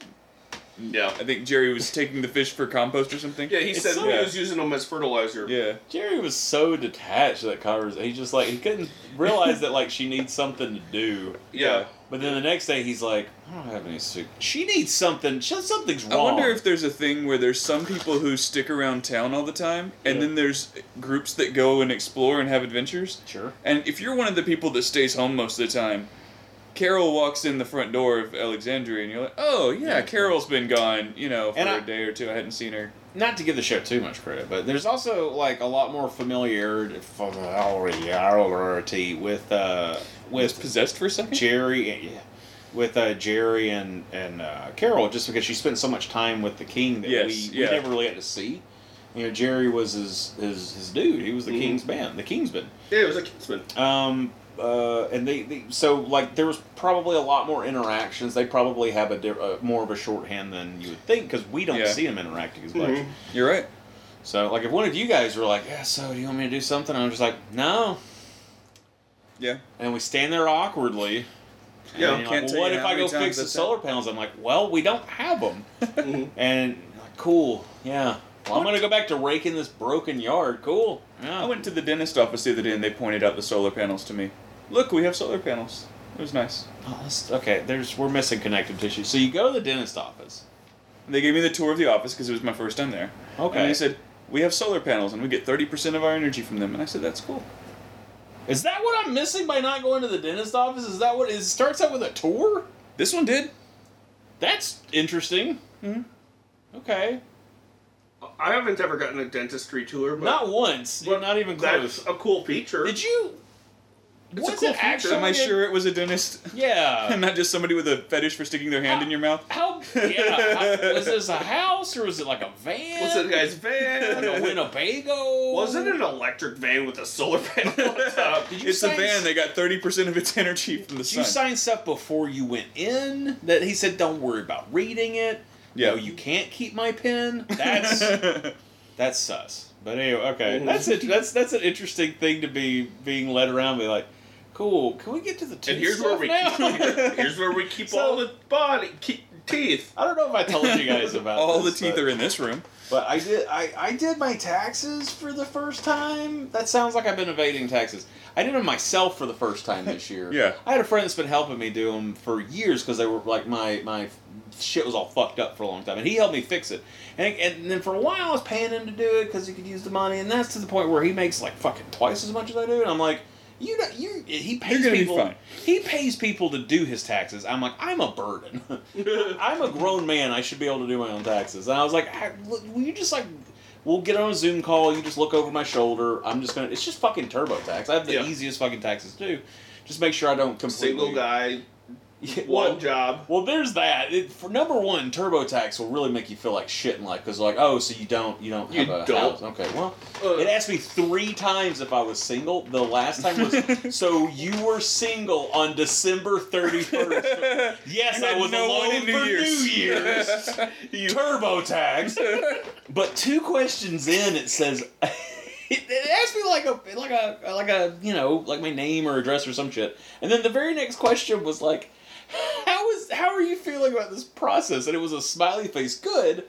Speaker 1: Yeah.
Speaker 3: I think Jerry was taking the fish for compost or something.
Speaker 1: Yeah, he
Speaker 2: It's
Speaker 1: said
Speaker 2: so-
Speaker 1: he was using them as fertilizer.
Speaker 3: Yeah.
Speaker 2: Jerry was so detached to that conversation. He just like he couldn't realize that like she needs something to do.
Speaker 1: Yeah.
Speaker 2: But then the next day he's like, I don't have any soup. She needs something. She, something's
Speaker 3: I
Speaker 2: wrong.
Speaker 3: wonder if there's a thing where there's some people who stick around town all the time, and
Speaker 2: Yeah.
Speaker 3: then there's groups that go and explore and have adventures.
Speaker 2: Sure.
Speaker 3: And if you're one of the people that stays home most of the time, Carol walks in the front door of Alexandria, and you're like, "Oh yeah, Carol's been gone, you know, for
Speaker 2: And
Speaker 3: a
Speaker 2: I-
Speaker 3: day or two. I hadn't seen her."
Speaker 2: not to give the show too much credit, but there's also like a lot more familiarity familiarity with uh
Speaker 3: Was
Speaker 2: with
Speaker 3: possessed for a second.
Speaker 2: Jerry and yeah, with uh, Jerry and and uh, Carol, just because she spent so much time with the king that
Speaker 3: Yes,
Speaker 2: we,
Speaker 3: yeah.
Speaker 2: we never really got to see. You know, Jerry was his his, his dude. He was
Speaker 3: Mm-hmm.
Speaker 2: the king's man, the kingsman.
Speaker 1: Yeah, it was a Kingsman.
Speaker 2: Um, uh, and they, they so like there was probably a lot more interactions. They probably have a, di- uh, more of a shorthand than you would think because we don't
Speaker 3: Yeah.
Speaker 2: see them interacting as much.
Speaker 3: You're right.
Speaker 2: So like if one of you guys were like, yeah, so do you want me to do something? I'm just like, no.
Speaker 3: Yeah.
Speaker 2: And we stand there awkwardly. And
Speaker 1: Yeah.
Speaker 2: you're like,
Speaker 3: can't
Speaker 2: "Well,
Speaker 3: tell
Speaker 2: what
Speaker 3: you
Speaker 2: if
Speaker 3: how
Speaker 2: I
Speaker 3: many
Speaker 2: go
Speaker 3: times
Speaker 2: fix the
Speaker 3: that's
Speaker 2: solar panels? I'm like, well, we don't have them. and like, cool, yeah. Well, I'm gonna go back to raking this broken yard. Cool. Yeah.
Speaker 3: I went to the dentist office the other day, and they pointed out the solar panels to me. Look, we have solar panels. It was nice.
Speaker 2: Oh, that's- okay, there's we're missing connective tissue. So you go to the dentist office.
Speaker 3: They gave me the tour of the office because it was my first time there.
Speaker 2: Okay.
Speaker 3: And they said, we have solar panels and we get 30% of our energy from them. And I said, that's cool.
Speaker 2: Is that what I'm missing by not going to the dentist office? Is that what it starts out with a tour?
Speaker 3: This one did.
Speaker 2: That's interesting. Hmm. Okay.
Speaker 1: I haven't ever gotten a dentistry tour, but
Speaker 2: Not once.
Speaker 1: but
Speaker 2: not even
Speaker 1: that's
Speaker 2: close.
Speaker 1: a cool feature.
Speaker 2: Did you?
Speaker 1: It's a
Speaker 2: was
Speaker 1: cool
Speaker 2: it
Speaker 1: feature.
Speaker 2: actually?
Speaker 3: Am I
Speaker 2: a-
Speaker 3: sure it was a dentist and
Speaker 2: Yeah.
Speaker 3: not just somebody with a fetish for sticking their hand in your mouth?
Speaker 2: How? Yeah. how- was this a house or was it like a van?
Speaker 1: was it a guy's
Speaker 2: like a
Speaker 1: van?
Speaker 2: Winnebago?
Speaker 1: was it an electric van with a solar panel on top?
Speaker 2: Did you
Speaker 3: It's a
Speaker 2: sign-
Speaker 3: van. They got 30% of its energy from the
Speaker 2: Did you
Speaker 3: sun.
Speaker 2: sign stuff before you went in that he said don't worry about reading it?
Speaker 3: Yeah.
Speaker 2: No, you can't keep my pen. That's that's sus. But anyway,
Speaker 3: Mm-hmm.
Speaker 2: okay, that's it. That's that's an interesting thing to be being led around. Be like, cool. Can we get to the tooth
Speaker 1: and here's where
Speaker 2: stuff
Speaker 1: we
Speaker 2: now?
Speaker 1: keep, here's where we keep
Speaker 2: So-
Speaker 1: all the body keep, teeth.
Speaker 2: I don't know if I told you guys about
Speaker 3: All the
Speaker 2: this,
Speaker 3: teeth
Speaker 2: but-
Speaker 3: are in this room.
Speaker 2: But I did I, I did my taxes for the first time. That sounds like I've been evading taxes. I did them myself for the first time this year.
Speaker 3: Yeah.
Speaker 2: I had a friend that's been helping me do them for years because they were like my my shit was all fucked up for a long time, and he helped me fix it. And, and then for a while I was paying him to do it because he could use the money, and that's to the point where he makes like fucking twice as much as I do, and I'm like. You know, you he pays
Speaker 3: gonna be
Speaker 2: people.
Speaker 3: fine.
Speaker 2: He pays people to do his taxes. I'm like, I'm a burden. I'm a grown man. I should be able to do my own taxes. And I was like, I, look, will you just like, we'll get on a Zoom call. You just look over my shoulder. I'm just gonna. It's just fucking TurboTax. I have the
Speaker 1: Yeah.
Speaker 2: easiest fucking taxes to do. Just make sure I don't completely.
Speaker 1: Single guy,
Speaker 2: Yeah,
Speaker 1: one
Speaker 2: well-
Speaker 1: job.
Speaker 2: Well, there's that. It, for number one, TurboTax will really make you feel like shit in life because, like, oh, so you don't, you don't
Speaker 1: You
Speaker 2: have a
Speaker 1: don't.
Speaker 2: house. Okay, well,
Speaker 1: Uh.
Speaker 2: it asked me three times if I was single. The last time was, so you were single on December thirty first. Yes,
Speaker 3: You
Speaker 2: I
Speaker 3: had
Speaker 2: was
Speaker 3: no one
Speaker 2: alone
Speaker 3: in New
Speaker 2: for
Speaker 3: Year's.
Speaker 2: New Year's. TurboTax. but two questions in, it says. It, it asked me like a like a like a you know like my name or address or some shit, and then the very next question was like, "How is how are you feeling about this process?" And it was a smiley face, good.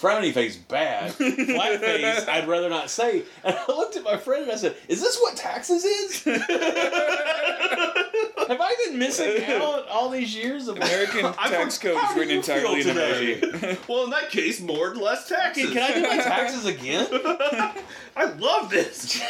Speaker 2: frowny face bad, flat face I'd rather not say. And I looked at my friend and I said, "Is this what taxes is? Have I been missing out all these years of
Speaker 3: American tax code
Speaker 2: How
Speaker 3: is
Speaker 2: do
Speaker 3: written
Speaker 2: you feel
Speaker 3: entirely
Speaker 2: today?
Speaker 3: in emoji.
Speaker 1: Well, in that case, more and less taxes.
Speaker 2: Can I do my taxes again?
Speaker 1: I love this.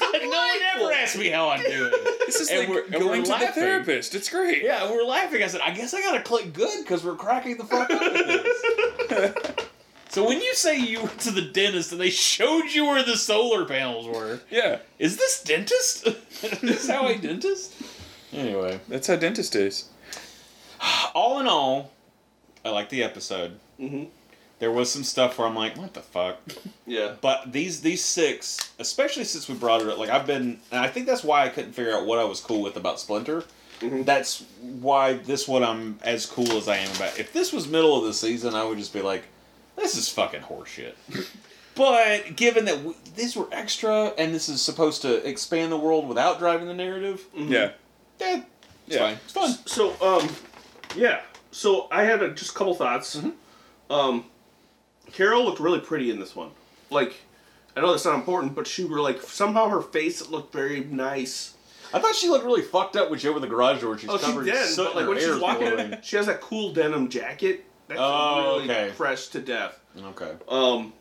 Speaker 2: no one ever asked me how I'm doing.
Speaker 3: This is
Speaker 2: And
Speaker 3: like
Speaker 2: we're- and we're
Speaker 3: going to the
Speaker 2: laughing.
Speaker 3: therapist. It's great.
Speaker 2: Yeah, and we're laughing. I said, I guess I gotta click good because we're cracking the fuck up with this. so when you say you went to the dentist and they showed you where the solar panels were,
Speaker 3: Yeah.
Speaker 2: is this dentist? is this how I dentist? Anyway,
Speaker 3: That's how dentist is.
Speaker 2: all in all, I like the episode. Mm-hmm. There was some stuff where I'm like, what the fuck?
Speaker 1: yeah.
Speaker 2: But these these six, especially since we brought it up, like I've been, and I think that's why I couldn't figure out what I was cool with about Splinter.
Speaker 1: Mm-hmm.
Speaker 2: That's why this one I'm as cool as I am about. If this was middle of the season, I would just be like, this is fucking horseshit. but given that w these were extra and this is supposed to expand the world without driving the narrative,
Speaker 1: Mm-hmm.
Speaker 3: Yeah.
Speaker 2: eh, it's
Speaker 3: Yeah.
Speaker 2: fine. It's fun.
Speaker 1: So, um, yeah. So I had a, just a couple thoughts. Um, Carol looked really pretty in this one. Like, I know that's not important, but she were like somehow her face looked very nice.
Speaker 2: I thought she looked really fucked up when she opened the garage door. and She's
Speaker 1: Oh,
Speaker 2: covered
Speaker 1: she
Speaker 2: in
Speaker 1: did.
Speaker 2: soot
Speaker 1: But
Speaker 2: and
Speaker 1: like
Speaker 2: her
Speaker 1: when
Speaker 2: hair
Speaker 1: she's
Speaker 2: is
Speaker 1: walking,
Speaker 2: blowing.
Speaker 1: she has that cool denim jacket. That's
Speaker 2: Oh,
Speaker 1: really
Speaker 2: okay.
Speaker 1: fresh to death.
Speaker 2: Okay.
Speaker 1: Um,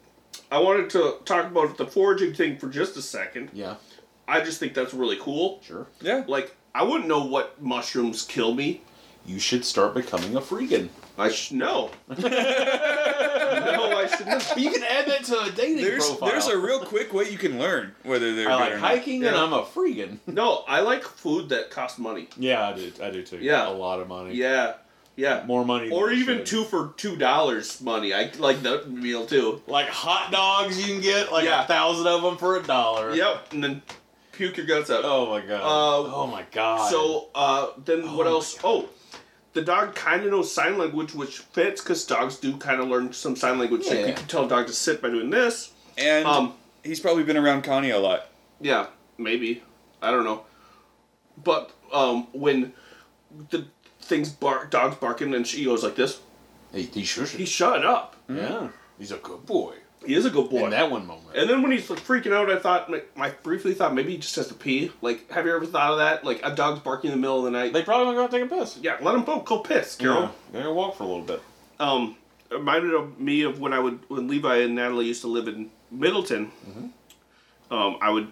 Speaker 1: I wanted to talk about the foraging thing for just a second.
Speaker 2: yeah.
Speaker 1: I just think that's really cool.
Speaker 2: Sure.
Speaker 3: Yeah.
Speaker 1: Like, I wouldn't know what mushrooms kill me.
Speaker 2: You should start becoming a freegan.
Speaker 1: I sh- no. no, I shouldn't.
Speaker 2: But you can add that to a dating
Speaker 3: There's
Speaker 2: profile.
Speaker 3: there's a real quick way you can learn whether they're
Speaker 2: I
Speaker 3: good
Speaker 2: like
Speaker 3: or not.
Speaker 2: hiking and
Speaker 1: Yeah.
Speaker 2: I'm a freegan.
Speaker 1: No, I like food that costs money.
Speaker 2: Yeah, I do. I do too.
Speaker 1: Yeah.
Speaker 2: a lot of money.
Speaker 1: Yeah, yeah.
Speaker 2: more money.
Speaker 1: or
Speaker 2: than I
Speaker 1: even
Speaker 2: should.
Speaker 1: two for two dollars money. I like that meal too.
Speaker 2: like hot dogs. You can get like
Speaker 1: Yeah.
Speaker 2: a thousand of them for a dollar.
Speaker 1: Yep, and then puke your guts out.
Speaker 2: Oh my god.
Speaker 1: Uh,
Speaker 2: oh my god.
Speaker 1: So uh, then what
Speaker 2: my
Speaker 1: else? Oh, the dog kind of knows sign language, which fits because dogs do kind of learn some sign language. Like,
Speaker 2: Yeah.
Speaker 1: You can tell a dog to sit by doing this.
Speaker 3: And
Speaker 1: Um,
Speaker 3: he's probably been around Connie a lot.
Speaker 1: Yeah, maybe. I don't know. But um, when the things bark, dogs barking, and she goes like this,
Speaker 2: hey, he sure
Speaker 1: he shut up.
Speaker 2: Yeah, he's a good boy.
Speaker 1: He is a good boy.
Speaker 2: In that one moment.
Speaker 1: And then when he's like freaking out, I thought, like, I briefly thought maybe he just has to pee. Like, have you ever thought of that? Like, a dog's barking in the middle of the night.
Speaker 2: they probably gonna go take a piss.
Speaker 1: yeah, let him go, go piss,
Speaker 2: You
Speaker 1: Carol.
Speaker 2: know, they're gonna walk for a little bit.
Speaker 1: Um, it reminded of me of when I would when Levi and Natalie used to live in Middleton. Um, I would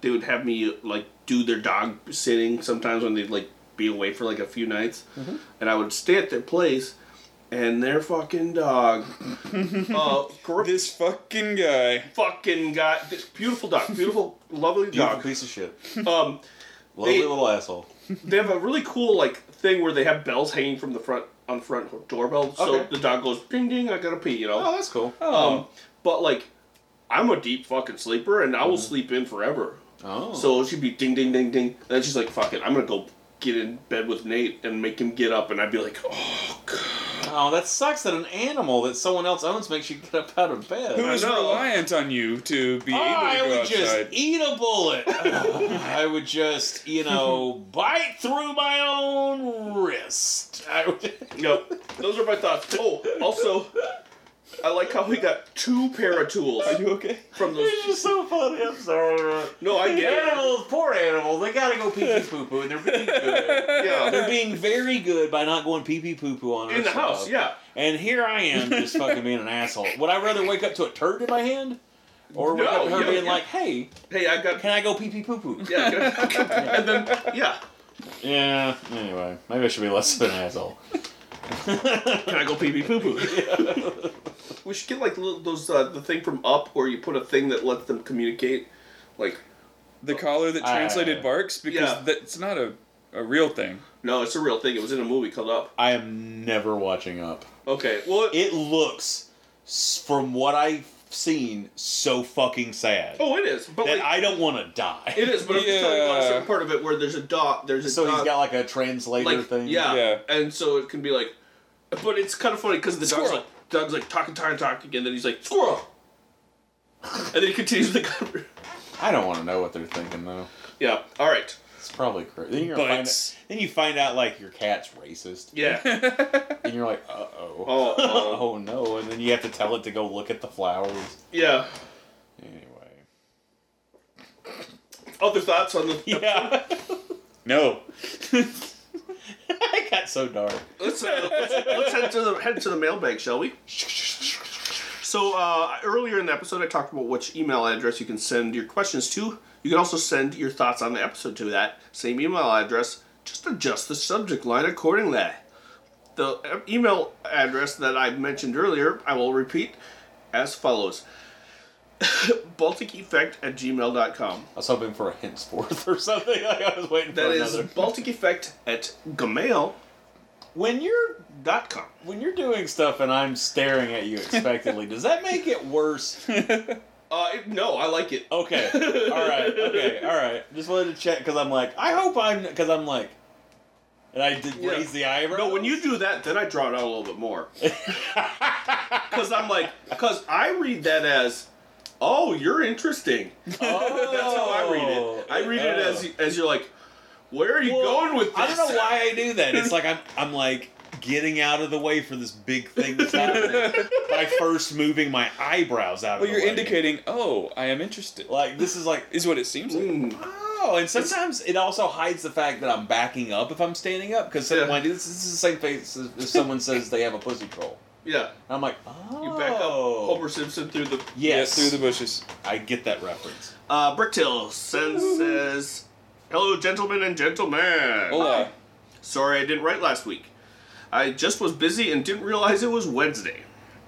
Speaker 1: they would have me like do their dog sitting sometimes when they'd like be away for like a few nights, and I would stay at their place, and their fucking dog, uh, gr-
Speaker 3: This fucking guy.
Speaker 1: fucking got this beautiful dog, beautiful, lovely
Speaker 2: Beautiful
Speaker 1: dog.
Speaker 2: piece of shit.
Speaker 1: Um,
Speaker 2: Lovely
Speaker 1: they-
Speaker 2: little asshole.
Speaker 1: they have a really cool like thing where they have bells hanging from the front on the front doorbell, so
Speaker 2: Okay.
Speaker 1: the dog goes ding ding, I gotta pee, you know.
Speaker 2: Oh, that's cool.
Speaker 1: Um, but like, I'm a deep fucking sleeper, and I will sleep in forever.
Speaker 2: Mm-hmm. oh.
Speaker 1: So she'd be ding, ding, ding, ding, and then she's like, "Fuck it, I'm gonna go get in bed with Nate and make him get up," and I'd be like, "Oh god."
Speaker 2: Oh, that sucks that an animal that someone else owns makes you get up out of bed.
Speaker 3: Who is
Speaker 1: know.
Speaker 3: reliant on you to be able to
Speaker 2: I
Speaker 3: go
Speaker 2: would
Speaker 3: outside?
Speaker 2: just eat a bullet. I would just, you know, bite through my own wrist. I would,
Speaker 1: Yep. Those are my thoughts. Oh, also, I like how we got two pair of tools
Speaker 3: you okay?
Speaker 1: from those.
Speaker 2: it's just so funny. I'm sorry. man.
Speaker 1: No, I get it.
Speaker 2: Animals, poor animals, they gotta go pee pee poo poo, and they're being good. They're
Speaker 1: Yeah.
Speaker 2: being very good by not going pee pee poo poo on
Speaker 1: In the
Speaker 2: ourselves.
Speaker 1: house, yeah.
Speaker 2: And here I am, just fucking being an asshole. Would I rather wake up to a turd in my hand, or wake up to
Speaker 1: No,
Speaker 2: her
Speaker 1: yeah,
Speaker 2: being
Speaker 1: yeah.
Speaker 2: like, "Hey,
Speaker 1: Hey, I got.
Speaker 2: can I go pee pee poo poo?"
Speaker 1: Yeah. I got- and then yeah,
Speaker 2: Yeah. Anyway, maybe I should be less of an asshole.
Speaker 1: can I go pee pee poo poo? We should get like little, those uh, the thing from Up where you put a thing that lets them communicate, like
Speaker 3: The collar that
Speaker 2: I-
Speaker 3: translated barks because
Speaker 1: Yeah.
Speaker 3: that's not a, a real thing.
Speaker 1: No, it's a real thing. It was in a movie called Up.
Speaker 2: I am never watching up.
Speaker 1: Okay, well,
Speaker 2: It looks, s- from what I've seen, so fucking sad
Speaker 1: oh, it is, but
Speaker 2: that
Speaker 1: like,
Speaker 2: I don't want to die.
Speaker 1: it is, but I'm just talking about a
Speaker 3: Yeah.
Speaker 1: certain part of it where there's a dog. There's a
Speaker 2: so
Speaker 1: dog,
Speaker 2: he's got like a translator
Speaker 1: like
Speaker 2: thing.
Speaker 1: Yeah,
Speaker 3: Yeah.
Speaker 1: and so it can be like, but it's kind of funny because the dog's
Speaker 3: Squirrel.
Speaker 1: like, dog's like talking, talking, talking, and then he's like squirrel, and then he continues the cover.
Speaker 2: I don't want to know what they're thinking though.
Speaker 1: Yeah. All right.
Speaker 2: It's probably correct. Then you're
Speaker 3: But
Speaker 2: gonna find
Speaker 3: it's-
Speaker 2: out, then you find out like your cat's racist.
Speaker 1: Yeah.
Speaker 2: And you're like, uh oh.
Speaker 1: Oh, uh,
Speaker 2: Oh no. And then you have to tell it to go look at the flowers.
Speaker 1: yeah.
Speaker 2: Anyway.
Speaker 1: Other thoughts on the.
Speaker 2: Yeah.
Speaker 3: No.
Speaker 2: it got so dark.
Speaker 1: Let's, uh, let's, let's head to the head to the mailbag, shall we? So uh, earlier in the episode, I talked about which email address you can send your questions to. You can also send your thoughts on the episode to that same email address. Just adjust the subject line accordingly. The uh, email address that I mentioned earlier, I will repeat as follows: Baltic Effect at gmail.com.
Speaker 2: I was hoping for a henceforth or something. Like I was waiting
Speaker 1: That
Speaker 2: for
Speaker 1: is
Speaker 2: another.
Speaker 1: Baltic Effect at gmail.com.
Speaker 2: When you're when you're doing stuff and I'm staring at you expectantly, does that make it worse?
Speaker 1: Uh, it- no, I like it.
Speaker 2: Okay. All right. Okay. All right. Just wanted to check because I'm like, I hope I'm because I'm like, and I did
Speaker 1: Yeah.
Speaker 2: raise the eyebrow.
Speaker 1: No, when you do that, then I draw it out a little bit more. Because I'm like, because I read that as, oh, you're interesting. That's how I read it. I read it as as you're like, where are you
Speaker 2: Oh. Well,
Speaker 1: going with this?
Speaker 2: I don't know why I do that. It's like I'm I'm like getting out of the way for this big thing that's happening by first moving my eyebrows out.
Speaker 3: Well,
Speaker 2: of the
Speaker 3: you're
Speaker 2: way.
Speaker 3: indicating, oh, I am interested.
Speaker 2: like this is like
Speaker 3: Is what it seems like.
Speaker 1: Mm.
Speaker 2: Oh, and sometimes it also hides the fact that I'm backing up if I'm standing up because
Speaker 1: Yeah.
Speaker 2: when I do this, this is the same face as if someone says they have a pussy troll.
Speaker 1: Yeah,
Speaker 2: And I'm like, oh,
Speaker 1: you back up Homer Simpson through the.
Speaker 2: Yes,
Speaker 3: Yeah, through the bushes.
Speaker 2: I get that reference.
Speaker 1: Uh, Bricktail says says, hello, gentlemen and gentlemen.
Speaker 3: Hola.
Speaker 1: Sorry, I didn't write last week. I just was busy and didn't realize it was Wednesday.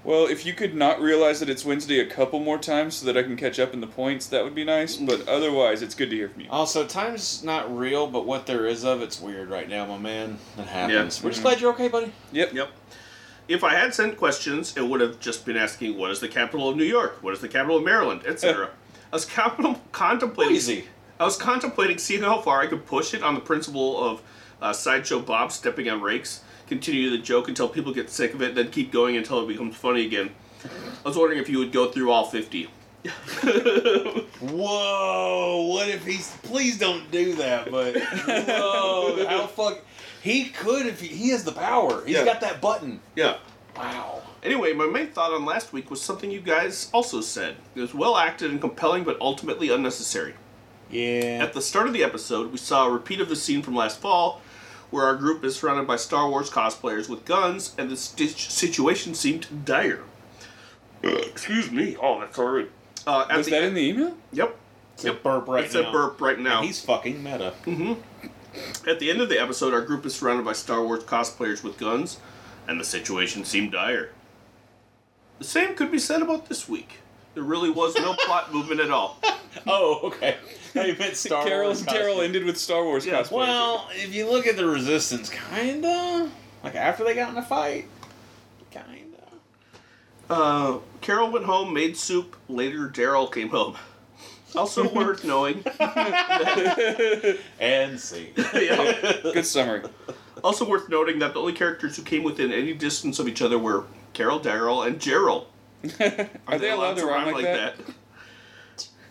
Speaker 3: Well, if you could not realize that it's Wednesday a couple more times so that I can catch up in the points, that would be nice. But otherwise, it's good to hear from you.
Speaker 2: Also, time's not real, but what there is of it's weird right now, my man. It happens.
Speaker 1: Yeah.
Speaker 2: We're just glad you're okay, buddy.
Speaker 3: Yep.
Speaker 1: Yep. If I had sent questions, it would have just been asking, "What is the capital of New York? What is the capital of Maryland?" etc. I was capital contemplating.
Speaker 2: Easy.
Speaker 1: I was contemplating seeing how far I could push it on the principle of uh, sideshow Bob stepping on rakes. Continue the joke until people get sick of it, then keep going until it becomes funny again. I was wondering if you would go through all fifty.
Speaker 2: Whoa! What if he's? Please don't do that. But whoa! how fuck? He could if he, he has the power. He's
Speaker 1: Yeah.
Speaker 2: got that button.
Speaker 1: Yeah.
Speaker 2: Wow.
Speaker 1: Anyway, my main thought on last week was something you guys also said. It was well acted and compelling, but ultimately unnecessary.
Speaker 2: Yeah.
Speaker 1: At the start of the episode, we saw a repeat of the scene from last fall, where our group is surrounded by Star Wars cosplayers with guns, and the sti- situation seemed dire. Excuse me. Oh, that's horrid. Uh, at
Speaker 3: Was
Speaker 1: the
Speaker 3: that
Speaker 1: end-
Speaker 3: in the email?
Speaker 1: Yep.
Speaker 2: It's a burp right
Speaker 1: it's
Speaker 2: now.
Speaker 1: a burp right now.
Speaker 2: He's fucking meta.
Speaker 1: At the end of the episode, our group is surrounded by Star Wars cosplayers with guns, and the situation seemed dire. The same could be said about this week. There really was no plot movement at all.
Speaker 2: oh, okay. I meant Star
Speaker 3: Carol's
Speaker 2: Wars. costume.
Speaker 3: Carol ended with Star Wars
Speaker 1: Yeah.
Speaker 3: cosplay.
Speaker 2: Well, if you look at the Resistance, kinda. Like after they got in a fight, kinda.
Speaker 1: Uh, Carol went home, made soup. Later, Daryl came home. Also worth knowing.
Speaker 2: And see.
Speaker 1: Yeah.
Speaker 3: Good summary.
Speaker 1: Also worth noting that the only characters who came within any distance of each other were Carol, Daryl, and Gerald.
Speaker 3: Are they allowed to rhyme like that?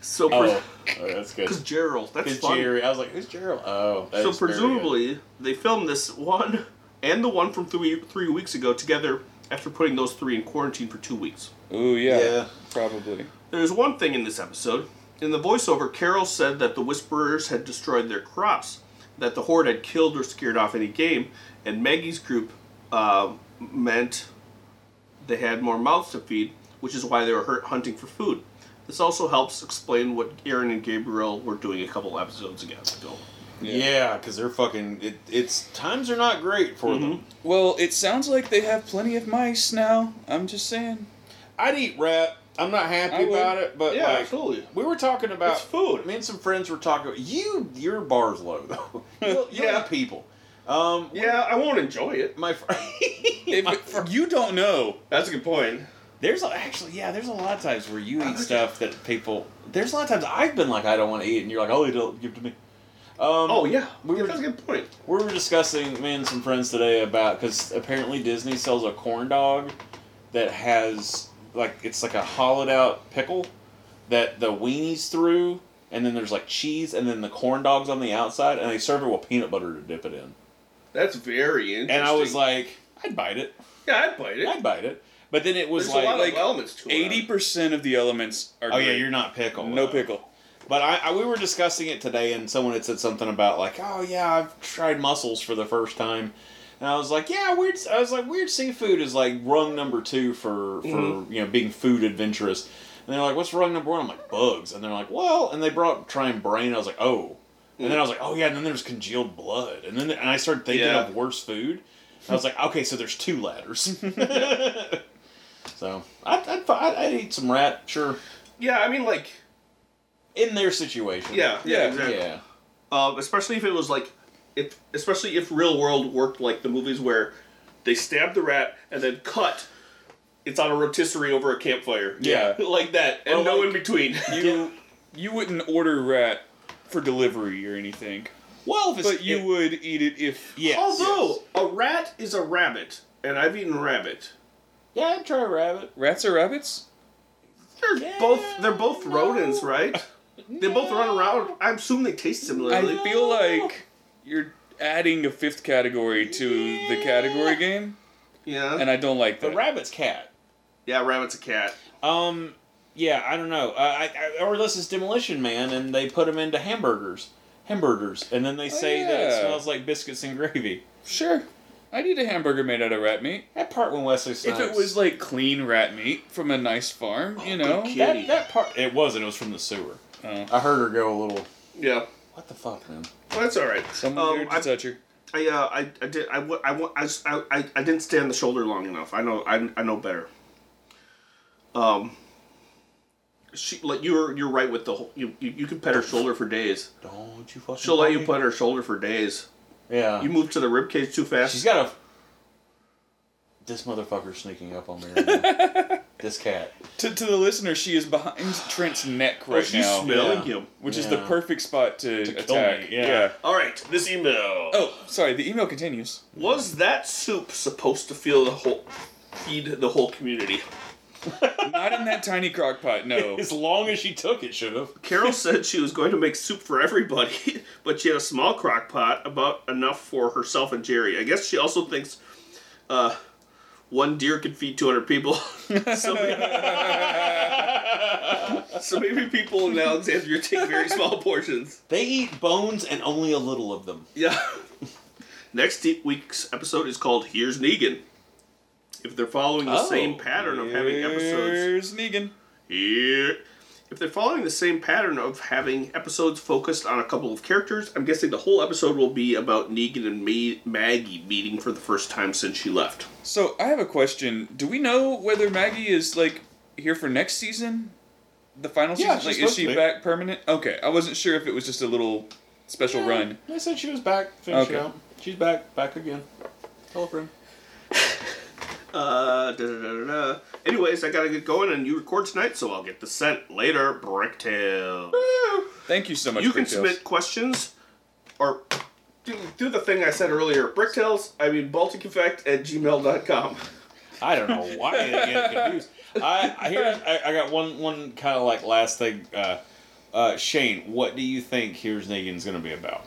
Speaker 1: So,
Speaker 2: Oh,
Speaker 1: because
Speaker 2: oh, that's good.
Speaker 1: Gerald, that's
Speaker 2: It's
Speaker 1: fun.
Speaker 2: Jerry. I was like, who's Gerald? Oh, that
Speaker 1: So
Speaker 2: is very good.
Speaker 1: presumably they filmed this one and the one from three three weeks ago together after putting those three in quarantine for two weeks.
Speaker 3: Ooh, yeah.
Speaker 2: Yeah.
Speaker 3: Probably.
Speaker 1: There's one thing in this episode. In the voiceover, Carol said that the Whisperers had destroyed their crops, that the Horde had killed or scared off any game, and Maggie's group uh, meant they had more mouths to feed, which is why they were hurt hunting for food. This also helps explain what Aaron and Gabriel were doing a couple episodes ago.
Speaker 2: Yeah, because they're fucking. It, it's times are not great for
Speaker 3: Mm-hmm.
Speaker 2: them.
Speaker 3: Well, it sounds like they have plenty of mice now. I'm just saying.
Speaker 2: I'd eat rat. I'm not
Speaker 3: I
Speaker 2: happy
Speaker 3: would.
Speaker 2: about it, but
Speaker 1: Yeah,
Speaker 2: like,
Speaker 1: absolutely.
Speaker 2: We were talking about
Speaker 1: It's food.
Speaker 2: Me and some friends were talking. You, your bar's low though. you
Speaker 1: Yeah.
Speaker 2: yeah, people. Um,
Speaker 1: Yeah, I won't enjoy it.
Speaker 2: my friend.
Speaker 3: If you don't know.
Speaker 1: That's a good point.
Speaker 2: There's a, actually, yeah, there's a lot of times where you eat stuff that people. There's a lot of times I've been like, I don't want to eat, and you're like, oh, you don't give it to me. Um,
Speaker 1: Oh yeah,
Speaker 2: we
Speaker 1: Yeah,
Speaker 2: were-
Speaker 1: that's a good point.
Speaker 2: We were discussing me and some friends today about because apparently Disney sells a corn dog that has like it's like a hollowed out pickle that the weenies through and then there's like cheese, and then the corn dogs on the outside, and they serve it with peanut butter to dip it in.
Speaker 1: That's very interesting.
Speaker 2: And I was like, I'd bite it.
Speaker 1: yeah, I'd bite it.
Speaker 2: I'd bite it. But then it was
Speaker 1: There's
Speaker 2: like,
Speaker 1: a lot
Speaker 3: like,
Speaker 1: of elements to it.
Speaker 3: Eighty percent of the elements are.
Speaker 2: oh yeah,
Speaker 3: great.
Speaker 2: you're not pickle.
Speaker 3: no
Speaker 2: though.
Speaker 3: pickle.
Speaker 2: But I, I, we were discussing it today, and someone had said something about like, oh yeah, I've tried mussels for the first time, and I was like, yeah, weird. I was like, weird seafood is like rung number two for for you know being food adventurous. And they're like, what's rung number one? I'm like, bugs. And they're like, well, and they brought trying brain. I was like, oh. And then I was like, oh yeah. And then there's congealed blood. And then and I started thinking
Speaker 1: Yeah.
Speaker 2: of worse food. And I was like, okay, so there's two ladders. so I'd, I'd, fi- I'd, I'd eat some rat, sure.
Speaker 1: Yeah, I mean, like,
Speaker 2: In their situation.
Speaker 1: yeah, yeah,
Speaker 3: Yeah,
Speaker 1: exactly.
Speaker 2: Yeah.
Speaker 1: Um, especially if it was like, if especially if real world worked like the movies where they stab the rat and then cut. It's on a rotisserie over a campfire.
Speaker 3: Yeah.
Speaker 1: like that, and
Speaker 3: Or
Speaker 1: no
Speaker 3: like-
Speaker 1: in between.
Speaker 3: You you wouldn't order rat for delivery or anything,
Speaker 2: Well, if it's,
Speaker 3: but you
Speaker 2: it-
Speaker 3: would eat it if.
Speaker 2: Yes.
Speaker 1: Although a rat is a rabbit, and I've eaten rabbit.
Speaker 2: yes. yeah, I'd try a rabbit.
Speaker 3: Rats are rabbits.
Speaker 1: They're
Speaker 2: Yeah,
Speaker 1: both they're both
Speaker 2: no.
Speaker 1: rodents, right? They both run around. I assume they taste similarly.
Speaker 3: I feel like you're adding a fifth category to the category game,
Speaker 1: yeah.
Speaker 3: and I don't like
Speaker 2: But
Speaker 3: that.
Speaker 2: rabbit's cat.
Speaker 1: yeah, rabbit's a cat.
Speaker 2: Um, yeah, I don't know. Uh, I, I, or this is Demolition Man, and they put him into hamburgers, hamburgers, and then they say that it
Speaker 3: Oh, yeah.
Speaker 2: smells like biscuits and gravy.
Speaker 3: sure, I'd eat a hamburger made out of rat meat
Speaker 2: That part when Wesley Snipes.
Speaker 3: if it was like clean rat meat from a nice
Speaker 2: Oh,
Speaker 3: farm. you know,
Speaker 1: good
Speaker 2: that,
Speaker 1: kitty.
Speaker 2: that part,
Speaker 3: eh,
Speaker 2: it wasn't. It was from the sewer.
Speaker 3: Oh.
Speaker 2: I heard her go a little.
Speaker 1: Yeah.
Speaker 2: What the fuck, man?
Speaker 1: Well, that's all right.
Speaker 3: someone
Speaker 1: Um,
Speaker 3: weird to
Speaker 1: I-
Speaker 3: touch her.
Speaker 1: I, uh, I, I did I, wa- I, wa- I, s- I- I- I didn't stand the shoulder long enough. I know I, I know better. Um, she like you're you're right with the whole, you, you you can pet her shoulder for days.
Speaker 2: Don't you fucking.
Speaker 1: She'll let you
Speaker 2: worry.
Speaker 1: pet her shoulder for days.
Speaker 2: Yeah.
Speaker 1: You move to the ribcage too fast.
Speaker 2: She's got a. This motherfucker's sneaking up on me. Right now. this cat.
Speaker 3: To, to the listener, she is behind Trent's neck
Speaker 2: Oh,
Speaker 3: right
Speaker 1: Oh, she's
Speaker 3: now,
Speaker 1: smelling
Speaker 2: Yeah.
Speaker 1: him.
Speaker 3: which is the
Speaker 2: Yeah.
Speaker 3: perfect spot to,
Speaker 2: kill
Speaker 3: attack.
Speaker 2: me, yeah.
Speaker 1: All right, this email.
Speaker 3: Oh, sorry. The email continues.
Speaker 1: Was that soup supposed to feel the whole feed the whole community?
Speaker 3: Not in that tiny crock pot. No.
Speaker 2: As long as she took it, should have.
Speaker 1: Carol said she was going to make soup for everybody, but she had a small crock pot, about enough for herself and Jerry. I guess she also thinks uh, one deer could feed 200 people. so, maybe, so maybe people in Alexandria take very small portions.
Speaker 2: They eat bones and only a little of them.
Speaker 1: Yeah. Next e- week's episode is called Here's Negan. If they're following the
Speaker 2: Oh,
Speaker 1: same pattern of having episodes.
Speaker 3: Here's Negan.
Speaker 1: Yeah. If they're following the same pattern of having episodes focused on a couple of characters, I'm guessing the whole episode will be about Negan and Ma- Maggie meeting for the first time since she left.
Speaker 3: So I have a question. Do we know whether Maggie is like here for next season, the final
Speaker 2: Yeah, she's
Speaker 3: season? Like, is
Speaker 2: supposed to
Speaker 3: she
Speaker 2: be.
Speaker 3: back permanent? Okay, I wasn't sure if it was just a little special run.
Speaker 2: They said she was back. Finish
Speaker 3: Okay.
Speaker 2: it out. She's back. Back again. Telephone.
Speaker 1: Uh, da da da da. da. Anyways, I gotta get going, and you record tonight, so I'll get the scent later. Bricktail.
Speaker 3: Thank you so much.
Speaker 1: You can
Speaker 3: Bricktails.
Speaker 1: submit questions, or do, do the thing I said earlier. Bricktails. I mean Baltic Effect at gmail.com.
Speaker 2: I don't know why I get confused. I, I here I, I got one one kind of like last thing. Uh, uh, Shane, what do you think Here's Negan's gonna be about?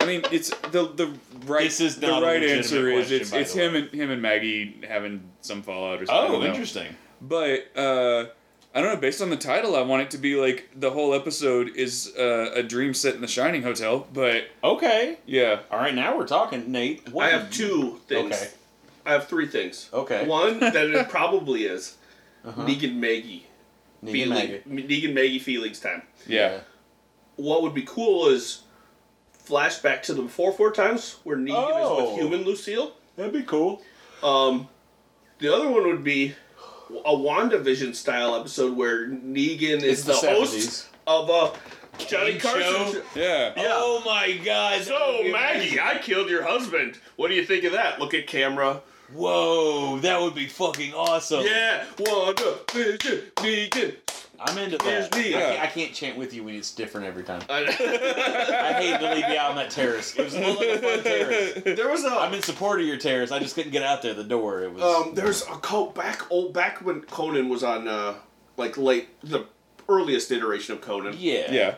Speaker 3: I mean, it's the the right.
Speaker 2: This is
Speaker 3: the
Speaker 2: not a
Speaker 3: right
Speaker 2: legitimate
Speaker 3: answer is
Speaker 2: question,
Speaker 3: it's
Speaker 2: by
Speaker 3: it's
Speaker 2: the way.
Speaker 3: him and him and Maggie having some fallout or something. I
Speaker 2: Oh,
Speaker 3: don't know.
Speaker 2: interesting.
Speaker 3: But uh, I don't know. Based on the title, I want it to be like the whole episode is uh, a dream set in the Shining Hotel. But
Speaker 2: Okay.
Speaker 3: yeah,
Speaker 2: All right, now we're talking, Nate. What
Speaker 1: I
Speaker 2: do
Speaker 1: have
Speaker 2: you-
Speaker 1: two things.
Speaker 2: Okay.
Speaker 1: I have three things.
Speaker 2: Okay.
Speaker 1: One that it probably is Negan Maggie.
Speaker 2: Negan
Speaker 1: Feeling-
Speaker 2: Maggie.
Speaker 1: Negan Maggie feelings time.
Speaker 3: yeah.
Speaker 1: What would be cool is flashback to the before four times where Negan is
Speaker 2: Oh.
Speaker 1: with human Lucille.
Speaker 2: That'd be cool.
Speaker 1: The other one would be a WandaVision style episode where Negan is
Speaker 2: It's
Speaker 1: the,
Speaker 2: the
Speaker 1: host
Speaker 2: 70s.
Speaker 1: of a Johnny
Speaker 2: Game
Speaker 1: Carson.
Speaker 2: show.
Speaker 3: yeah.
Speaker 2: Oh my Oh. God! that
Speaker 1: So
Speaker 2: would be
Speaker 1: Maggie, I killed your husband. What do you think of that? Look at camera.
Speaker 2: Whoa, that would be fucking awesome.
Speaker 1: Yeah, WandaVision, Negan.
Speaker 2: I'm into
Speaker 1: Here's
Speaker 2: that.
Speaker 1: me.
Speaker 2: I,
Speaker 3: Yeah.
Speaker 2: can't, I can't chant with you when it's different every time. I hated to leave you out on that terrace. It was a little fun terrace.
Speaker 1: there was a
Speaker 2: I'm in support of your terrace. I just couldn't get out there the door. It was
Speaker 1: Um, there's a cult back old back when Conan was on uh, like late the earliest iteration of Conan.
Speaker 2: Yeah.
Speaker 3: Yeah.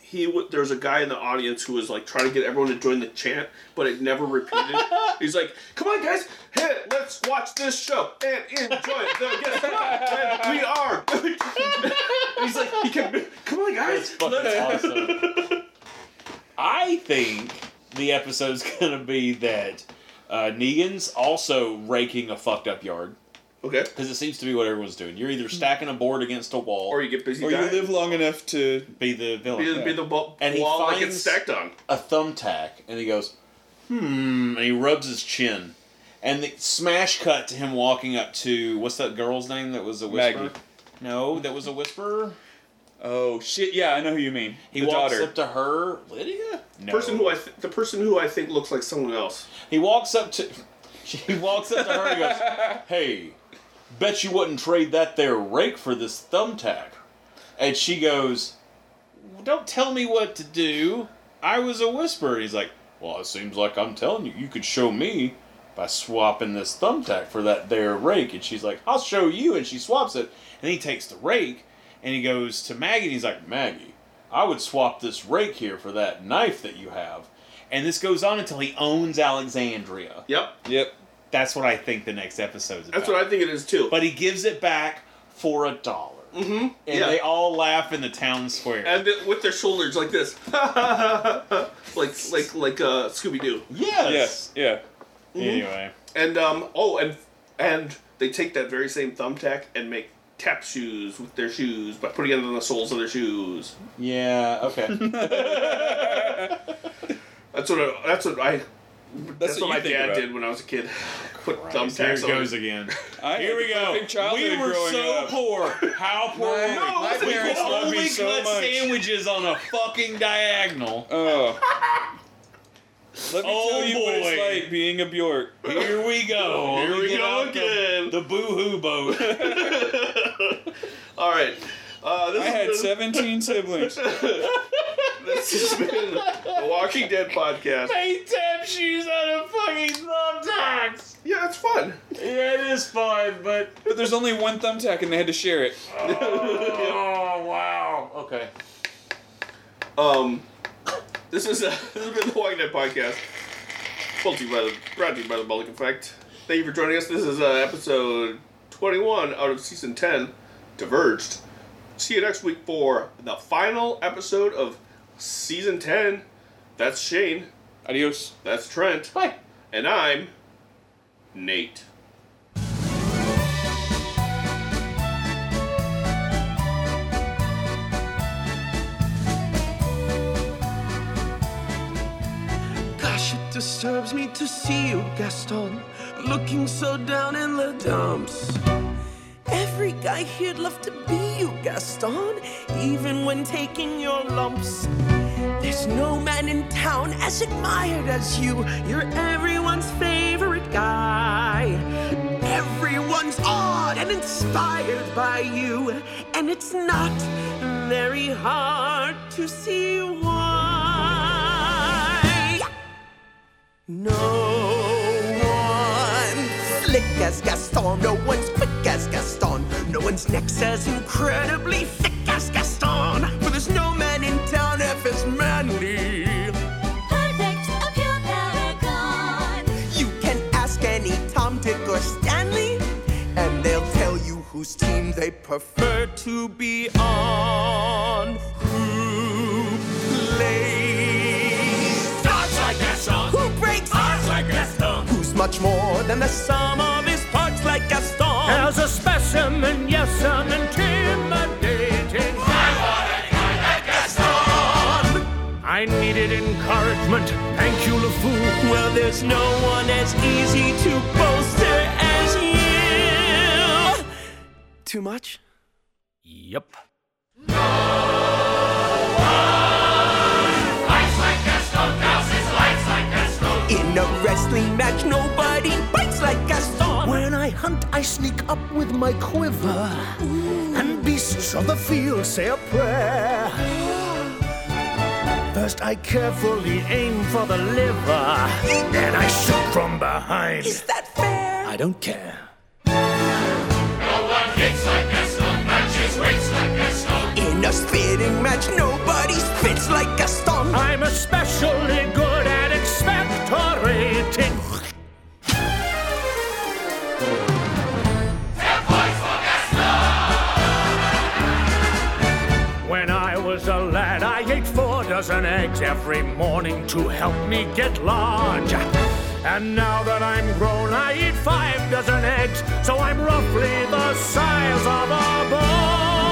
Speaker 1: He w- there was a guy in the audience who was like trying to get everyone to join the chant, but it never repeated. He's like, "Come on, guys, hey, let's watch this show and enjoy it." Then guess what? And we are. He's like, he kept, "Come on, guys,
Speaker 2: Fucking awesome. I think the episode's gonna be that uh, Negan's also raking a fucked up yard
Speaker 1: okay."
Speaker 2: because it seems to be what everyone's doing. You're either stacking a board against a wall,
Speaker 1: Or you get busy.
Speaker 3: Or Oh, you
Speaker 1: dying.
Speaker 3: live long enough to.
Speaker 2: be the villain.
Speaker 1: Be, be the bu-
Speaker 2: And he
Speaker 1: wall like it's
Speaker 2: finds-
Speaker 1: stacked on.
Speaker 2: a thumbtack and he goes, hmm, and he rubs his chin. And the smash cut to him walking up to what's that girl's name that was a whisperer?
Speaker 3: Maggie.
Speaker 2: No, that was a whisperer.
Speaker 3: Oh shit! Yeah, I know who you mean.
Speaker 2: He
Speaker 3: the
Speaker 2: walks
Speaker 3: daughter.
Speaker 2: up to her, Lydia. No.
Speaker 1: Person who I th- the person who I think looks like someone else.
Speaker 2: He walks up to. He walks up to her and goes, "Hey, bet you wouldn't trade that there rake for this thumbtack." And she goes, "Don't tell me what to do. I was a whisper." He's like, "Well, it seems like I'm telling you. You could show me by swapping this thumbtack for that there rake." And she's like, "I'll show you." And she swaps it, and he takes the rake, and he goes to Maggie, and he's like, "Maggie, I would swap this rake here for that knife that you have." And this goes on until he owns Alexandria.
Speaker 1: Yep,
Speaker 3: Yep.
Speaker 2: That's what I think the next episode's about.
Speaker 1: that's what I think it is too.
Speaker 2: But he gives it back for a dollar. Mm-hmm. And
Speaker 1: yeah.
Speaker 2: they all laugh in the town square.
Speaker 1: and the, with their shoulders like this, like like like uh, Scooby Doo.
Speaker 2: yes.
Speaker 3: Yeah.
Speaker 2: Anyway.
Speaker 1: And um oh and and they take that very same thumbtack and make tap shoes with their shoes by putting it on the soles of their shoes.
Speaker 2: Yeah, okay.
Speaker 1: That's what I, that's what I that's, what,
Speaker 3: you
Speaker 1: my
Speaker 3: think
Speaker 1: dad
Speaker 3: about.
Speaker 1: did when I was a kid. Put
Speaker 2: Oh, Christ, here
Speaker 1: thumbtacks
Speaker 2: it
Speaker 1: on.
Speaker 2: goes again.
Speaker 3: I
Speaker 2: Here we
Speaker 3: had a perfect
Speaker 2: go.
Speaker 3: childhood
Speaker 2: We were
Speaker 3: growing
Speaker 2: so
Speaker 3: up.
Speaker 2: poor. How poor?
Speaker 3: My-
Speaker 2: No,
Speaker 3: my
Speaker 2: we could
Speaker 3: parents love me
Speaker 2: only
Speaker 3: so
Speaker 2: cut
Speaker 3: much.
Speaker 2: sandwiches on a fucking diagonal.
Speaker 3: Oh. Let me
Speaker 2: Oh,
Speaker 3: tell you what
Speaker 2: boy.
Speaker 3: it's like being a Bjork.
Speaker 2: Here we go.
Speaker 1: Here
Speaker 2: Let me
Speaker 1: we
Speaker 2: get
Speaker 1: go
Speaker 2: out
Speaker 1: again.
Speaker 2: The, the boo-hoo boat.
Speaker 1: All right. Uh, this
Speaker 3: I
Speaker 1: is
Speaker 3: had
Speaker 1: the-
Speaker 3: 17 siblings.
Speaker 1: This has been the Walking Dead podcast.
Speaker 2: Eight tap shoes on a fucking thumbtacks.
Speaker 1: Yeah, it's fun.
Speaker 2: Yeah, it is fun, but
Speaker 3: But there's only one thumbtack and they had to share it.
Speaker 2: oh wow. Okay.
Speaker 1: Um, this is uh this has been the Walking Dead podcast. Brought to you by the brought to you by the Bullock Effect. Thank you for joining us. This is uh, episode twenty one out of season ten, Diverged. See you next week for the final episode of season ten. That's Shane.
Speaker 3: Adios.
Speaker 1: That's Trent.
Speaker 2: Bye.
Speaker 1: And I'm Nate.
Speaker 4: Gosh, it disturbs me to see you, Gaston, looking so down in the dumps. Every guy here'd love to be you, Gaston, even when taking your lumps. There's no man in town as admired as you. You're everyone's favorite guy. Everyone's awed and inspired by you, and it's not very hard to see why. No one slick as Gaston, no one's quick as Gaston, no one's next as incredibly thick as Gaston. For there's no man in town half as manly.
Speaker 5: Perfect, a pure paragon.
Speaker 4: You can ask any Tom, Dick, or Stanley, and they'll tell you whose team they prefer to be on. Who plays? Starts like Gaston. Who breaks? Starts like Gaston. Who's much more than the sum of his parts like Gaston? As a specimen, yes, I'm intimidating. I want a guy like Gaston. I needed encouragement. Thank you, LeFou. Well, there's no one as easy to bolster as you. Too much? Yep. In a wrestling match, nobody bites like Gaston.
Speaker 6: When I hunt, I sneak up with my quiver, and beasts of the field say a prayer. First, I carefully aim for the liver, then I shoot from behind.
Speaker 4: Is that fair?
Speaker 6: I don't care.
Speaker 7: No one hits like Gaston matches with
Speaker 6: as a lad, I ate four dozen eggs every morning to help me get large. And now that I'm grown, I eat five dozen eggs, so I'm roughly the size of a barge.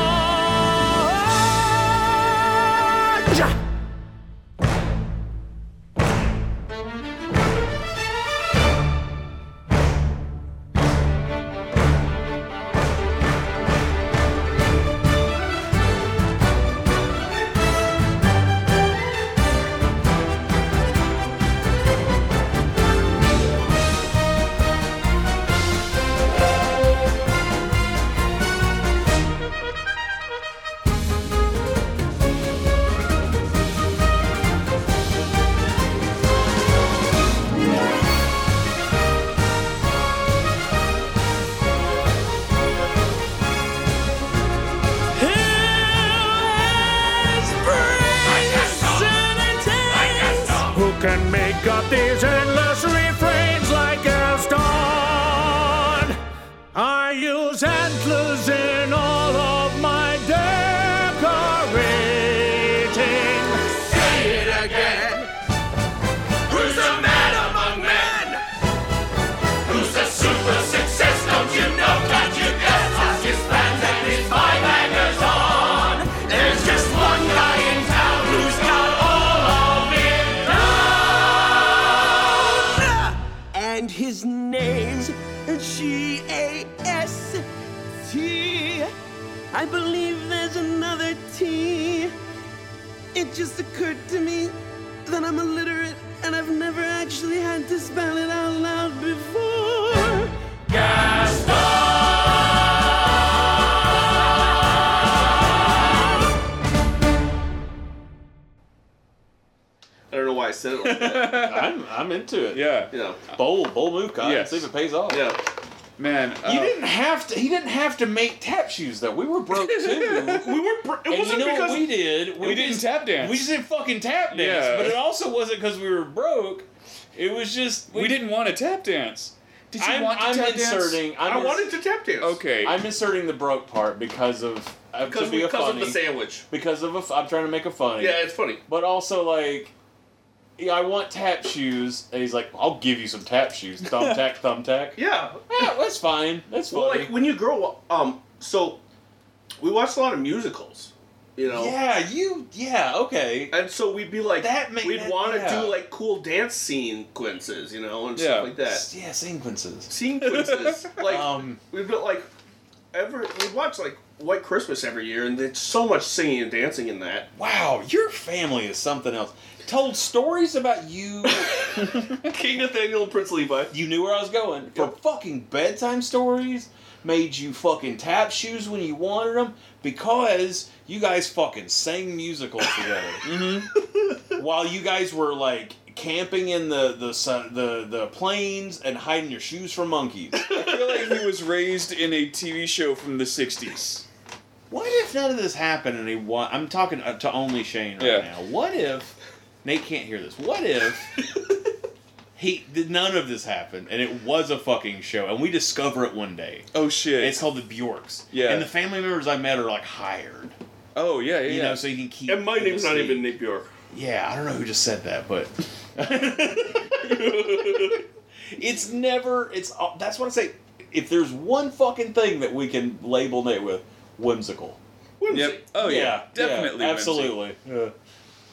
Speaker 6: who can make up these endless refrains like Gaston. I use antlers in all of my decorating.
Speaker 4: Ah! and his name's G A S T. I believe there's another T. It just occurred to me that I'm illiterate and I've never actually had to spell it out loud before.
Speaker 1: I don't know why I said it like that.
Speaker 2: I'm, I'm into it.
Speaker 3: Yeah.
Speaker 1: You know.
Speaker 2: Bold, bold move, Kyle.
Speaker 3: Yes.
Speaker 2: See if it pays off.
Speaker 1: Yeah.
Speaker 3: Man, uh,
Speaker 2: You didn't have to. He didn't have to make tap shoes though. We were broke too.
Speaker 1: We were. Br- it
Speaker 2: And you
Speaker 1: wasn't
Speaker 2: know
Speaker 1: because
Speaker 2: what we did?
Speaker 3: We didn't
Speaker 2: just-
Speaker 3: tap dance.
Speaker 2: We just didn't fucking tap dance.
Speaker 3: Yeah.
Speaker 2: But it also wasn't because we were broke. It was just
Speaker 3: we didn't want to tap dance. Did you
Speaker 2: I'm,
Speaker 3: want to
Speaker 2: I'm
Speaker 3: tap dance?
Speaker 2: inserting. I'm
Speaker 1: I
Speaker 2: ins-
Speaker 1: wanted to tap dance.
Speaker 3: Okay.
Speaker 2: I'm inserting the broke part because of uh, to
Speaker 1: Because
Speaker 2: be
Speaker 1: we-
Speaker 2: a
Speaker 1: because of
Speaker 2: funny
Speaker 1: the sandwich.
Speaker 2: because of a. F- I'm trying to make a funny.
Speaker 1: Yeah, it's funny.
Speaker 2: But also like. Yeah, I want tap shoes, and he's like, "I'll give you some tap shoes, thumb tack, thumb tack."
Speaker 1: Yeah.
Speaker 2: Yeah, that's fine. That's fine.
Speaker 1: Well, like when you grow up, um, so we watched a lot of musicals, you know,
Speaker 2: yeah, you. Yeah, okay.
Speaker 1: and so we'd be like,
Speaker 2: That make-
Speaker 1: we'd
Speaker 2: that-
Speaker 1: want to
Speaker 2: yeah.
Speaker 1: do like cool dance sequences, you know, and
Speaker 3: Yeah.
Speaker 1: stuff like that.
Speaker 2: Yeah, sequences.
Speaker 1: Sequences, like
Speaker 2: Um,
Speaker 1: we'd be like, every we'd watch like White Christmas every year, and there's so much singing and dancing in that.
Speaker 2: Wow, your family is something else. Told stories about you.
Speaker 1: King Nathaniel and Prince Levi.
Speaker 2: you knew where I was going. For
Speaker 1: Yep.
Speaker 2: fucking bedtime stories, made you fucking tap shoes when you wanted them because you guys fucking sang musicals together. While you guys were like camping in the the sun, the the plains and hiding your shoes from monkeys.
Speaker 3: I feel like he was raised in a TV show from the '60s.
Speaker 2: What if none of this happened and he won? I'm talking uh, to only Shane right
Speaker 3: Yeah.
Speaker 2: now. What if Nate can't hear this? What if he did none of this happened and it was a fucking show and we discover it one day?
Speaker 3: Oh shit!
Speaker 2: It's called the Bjorks.
Speaker 3: Yeah.
Speaker 2: And the family members I met are like hired.
Speaker 3: oh yeah, yeah.
Speaker 2: You
Speaker 3: yeah.
Speaker 2: know, so you can keep.
Speaker 1: And my
Speaker 2: them to
Speaker 1: name's not
Speaker 2: see.
Speaker 1: even Nick Bjork.
Speaker 2: Yeah, I don't know who just said that, but it's never. It's all- that's what I say. If there's one fucking thing that we can label Nate with, whimsical.
Speaker 3: Yep. Oh yeah. Definitely.
Speaker 2: absolutely.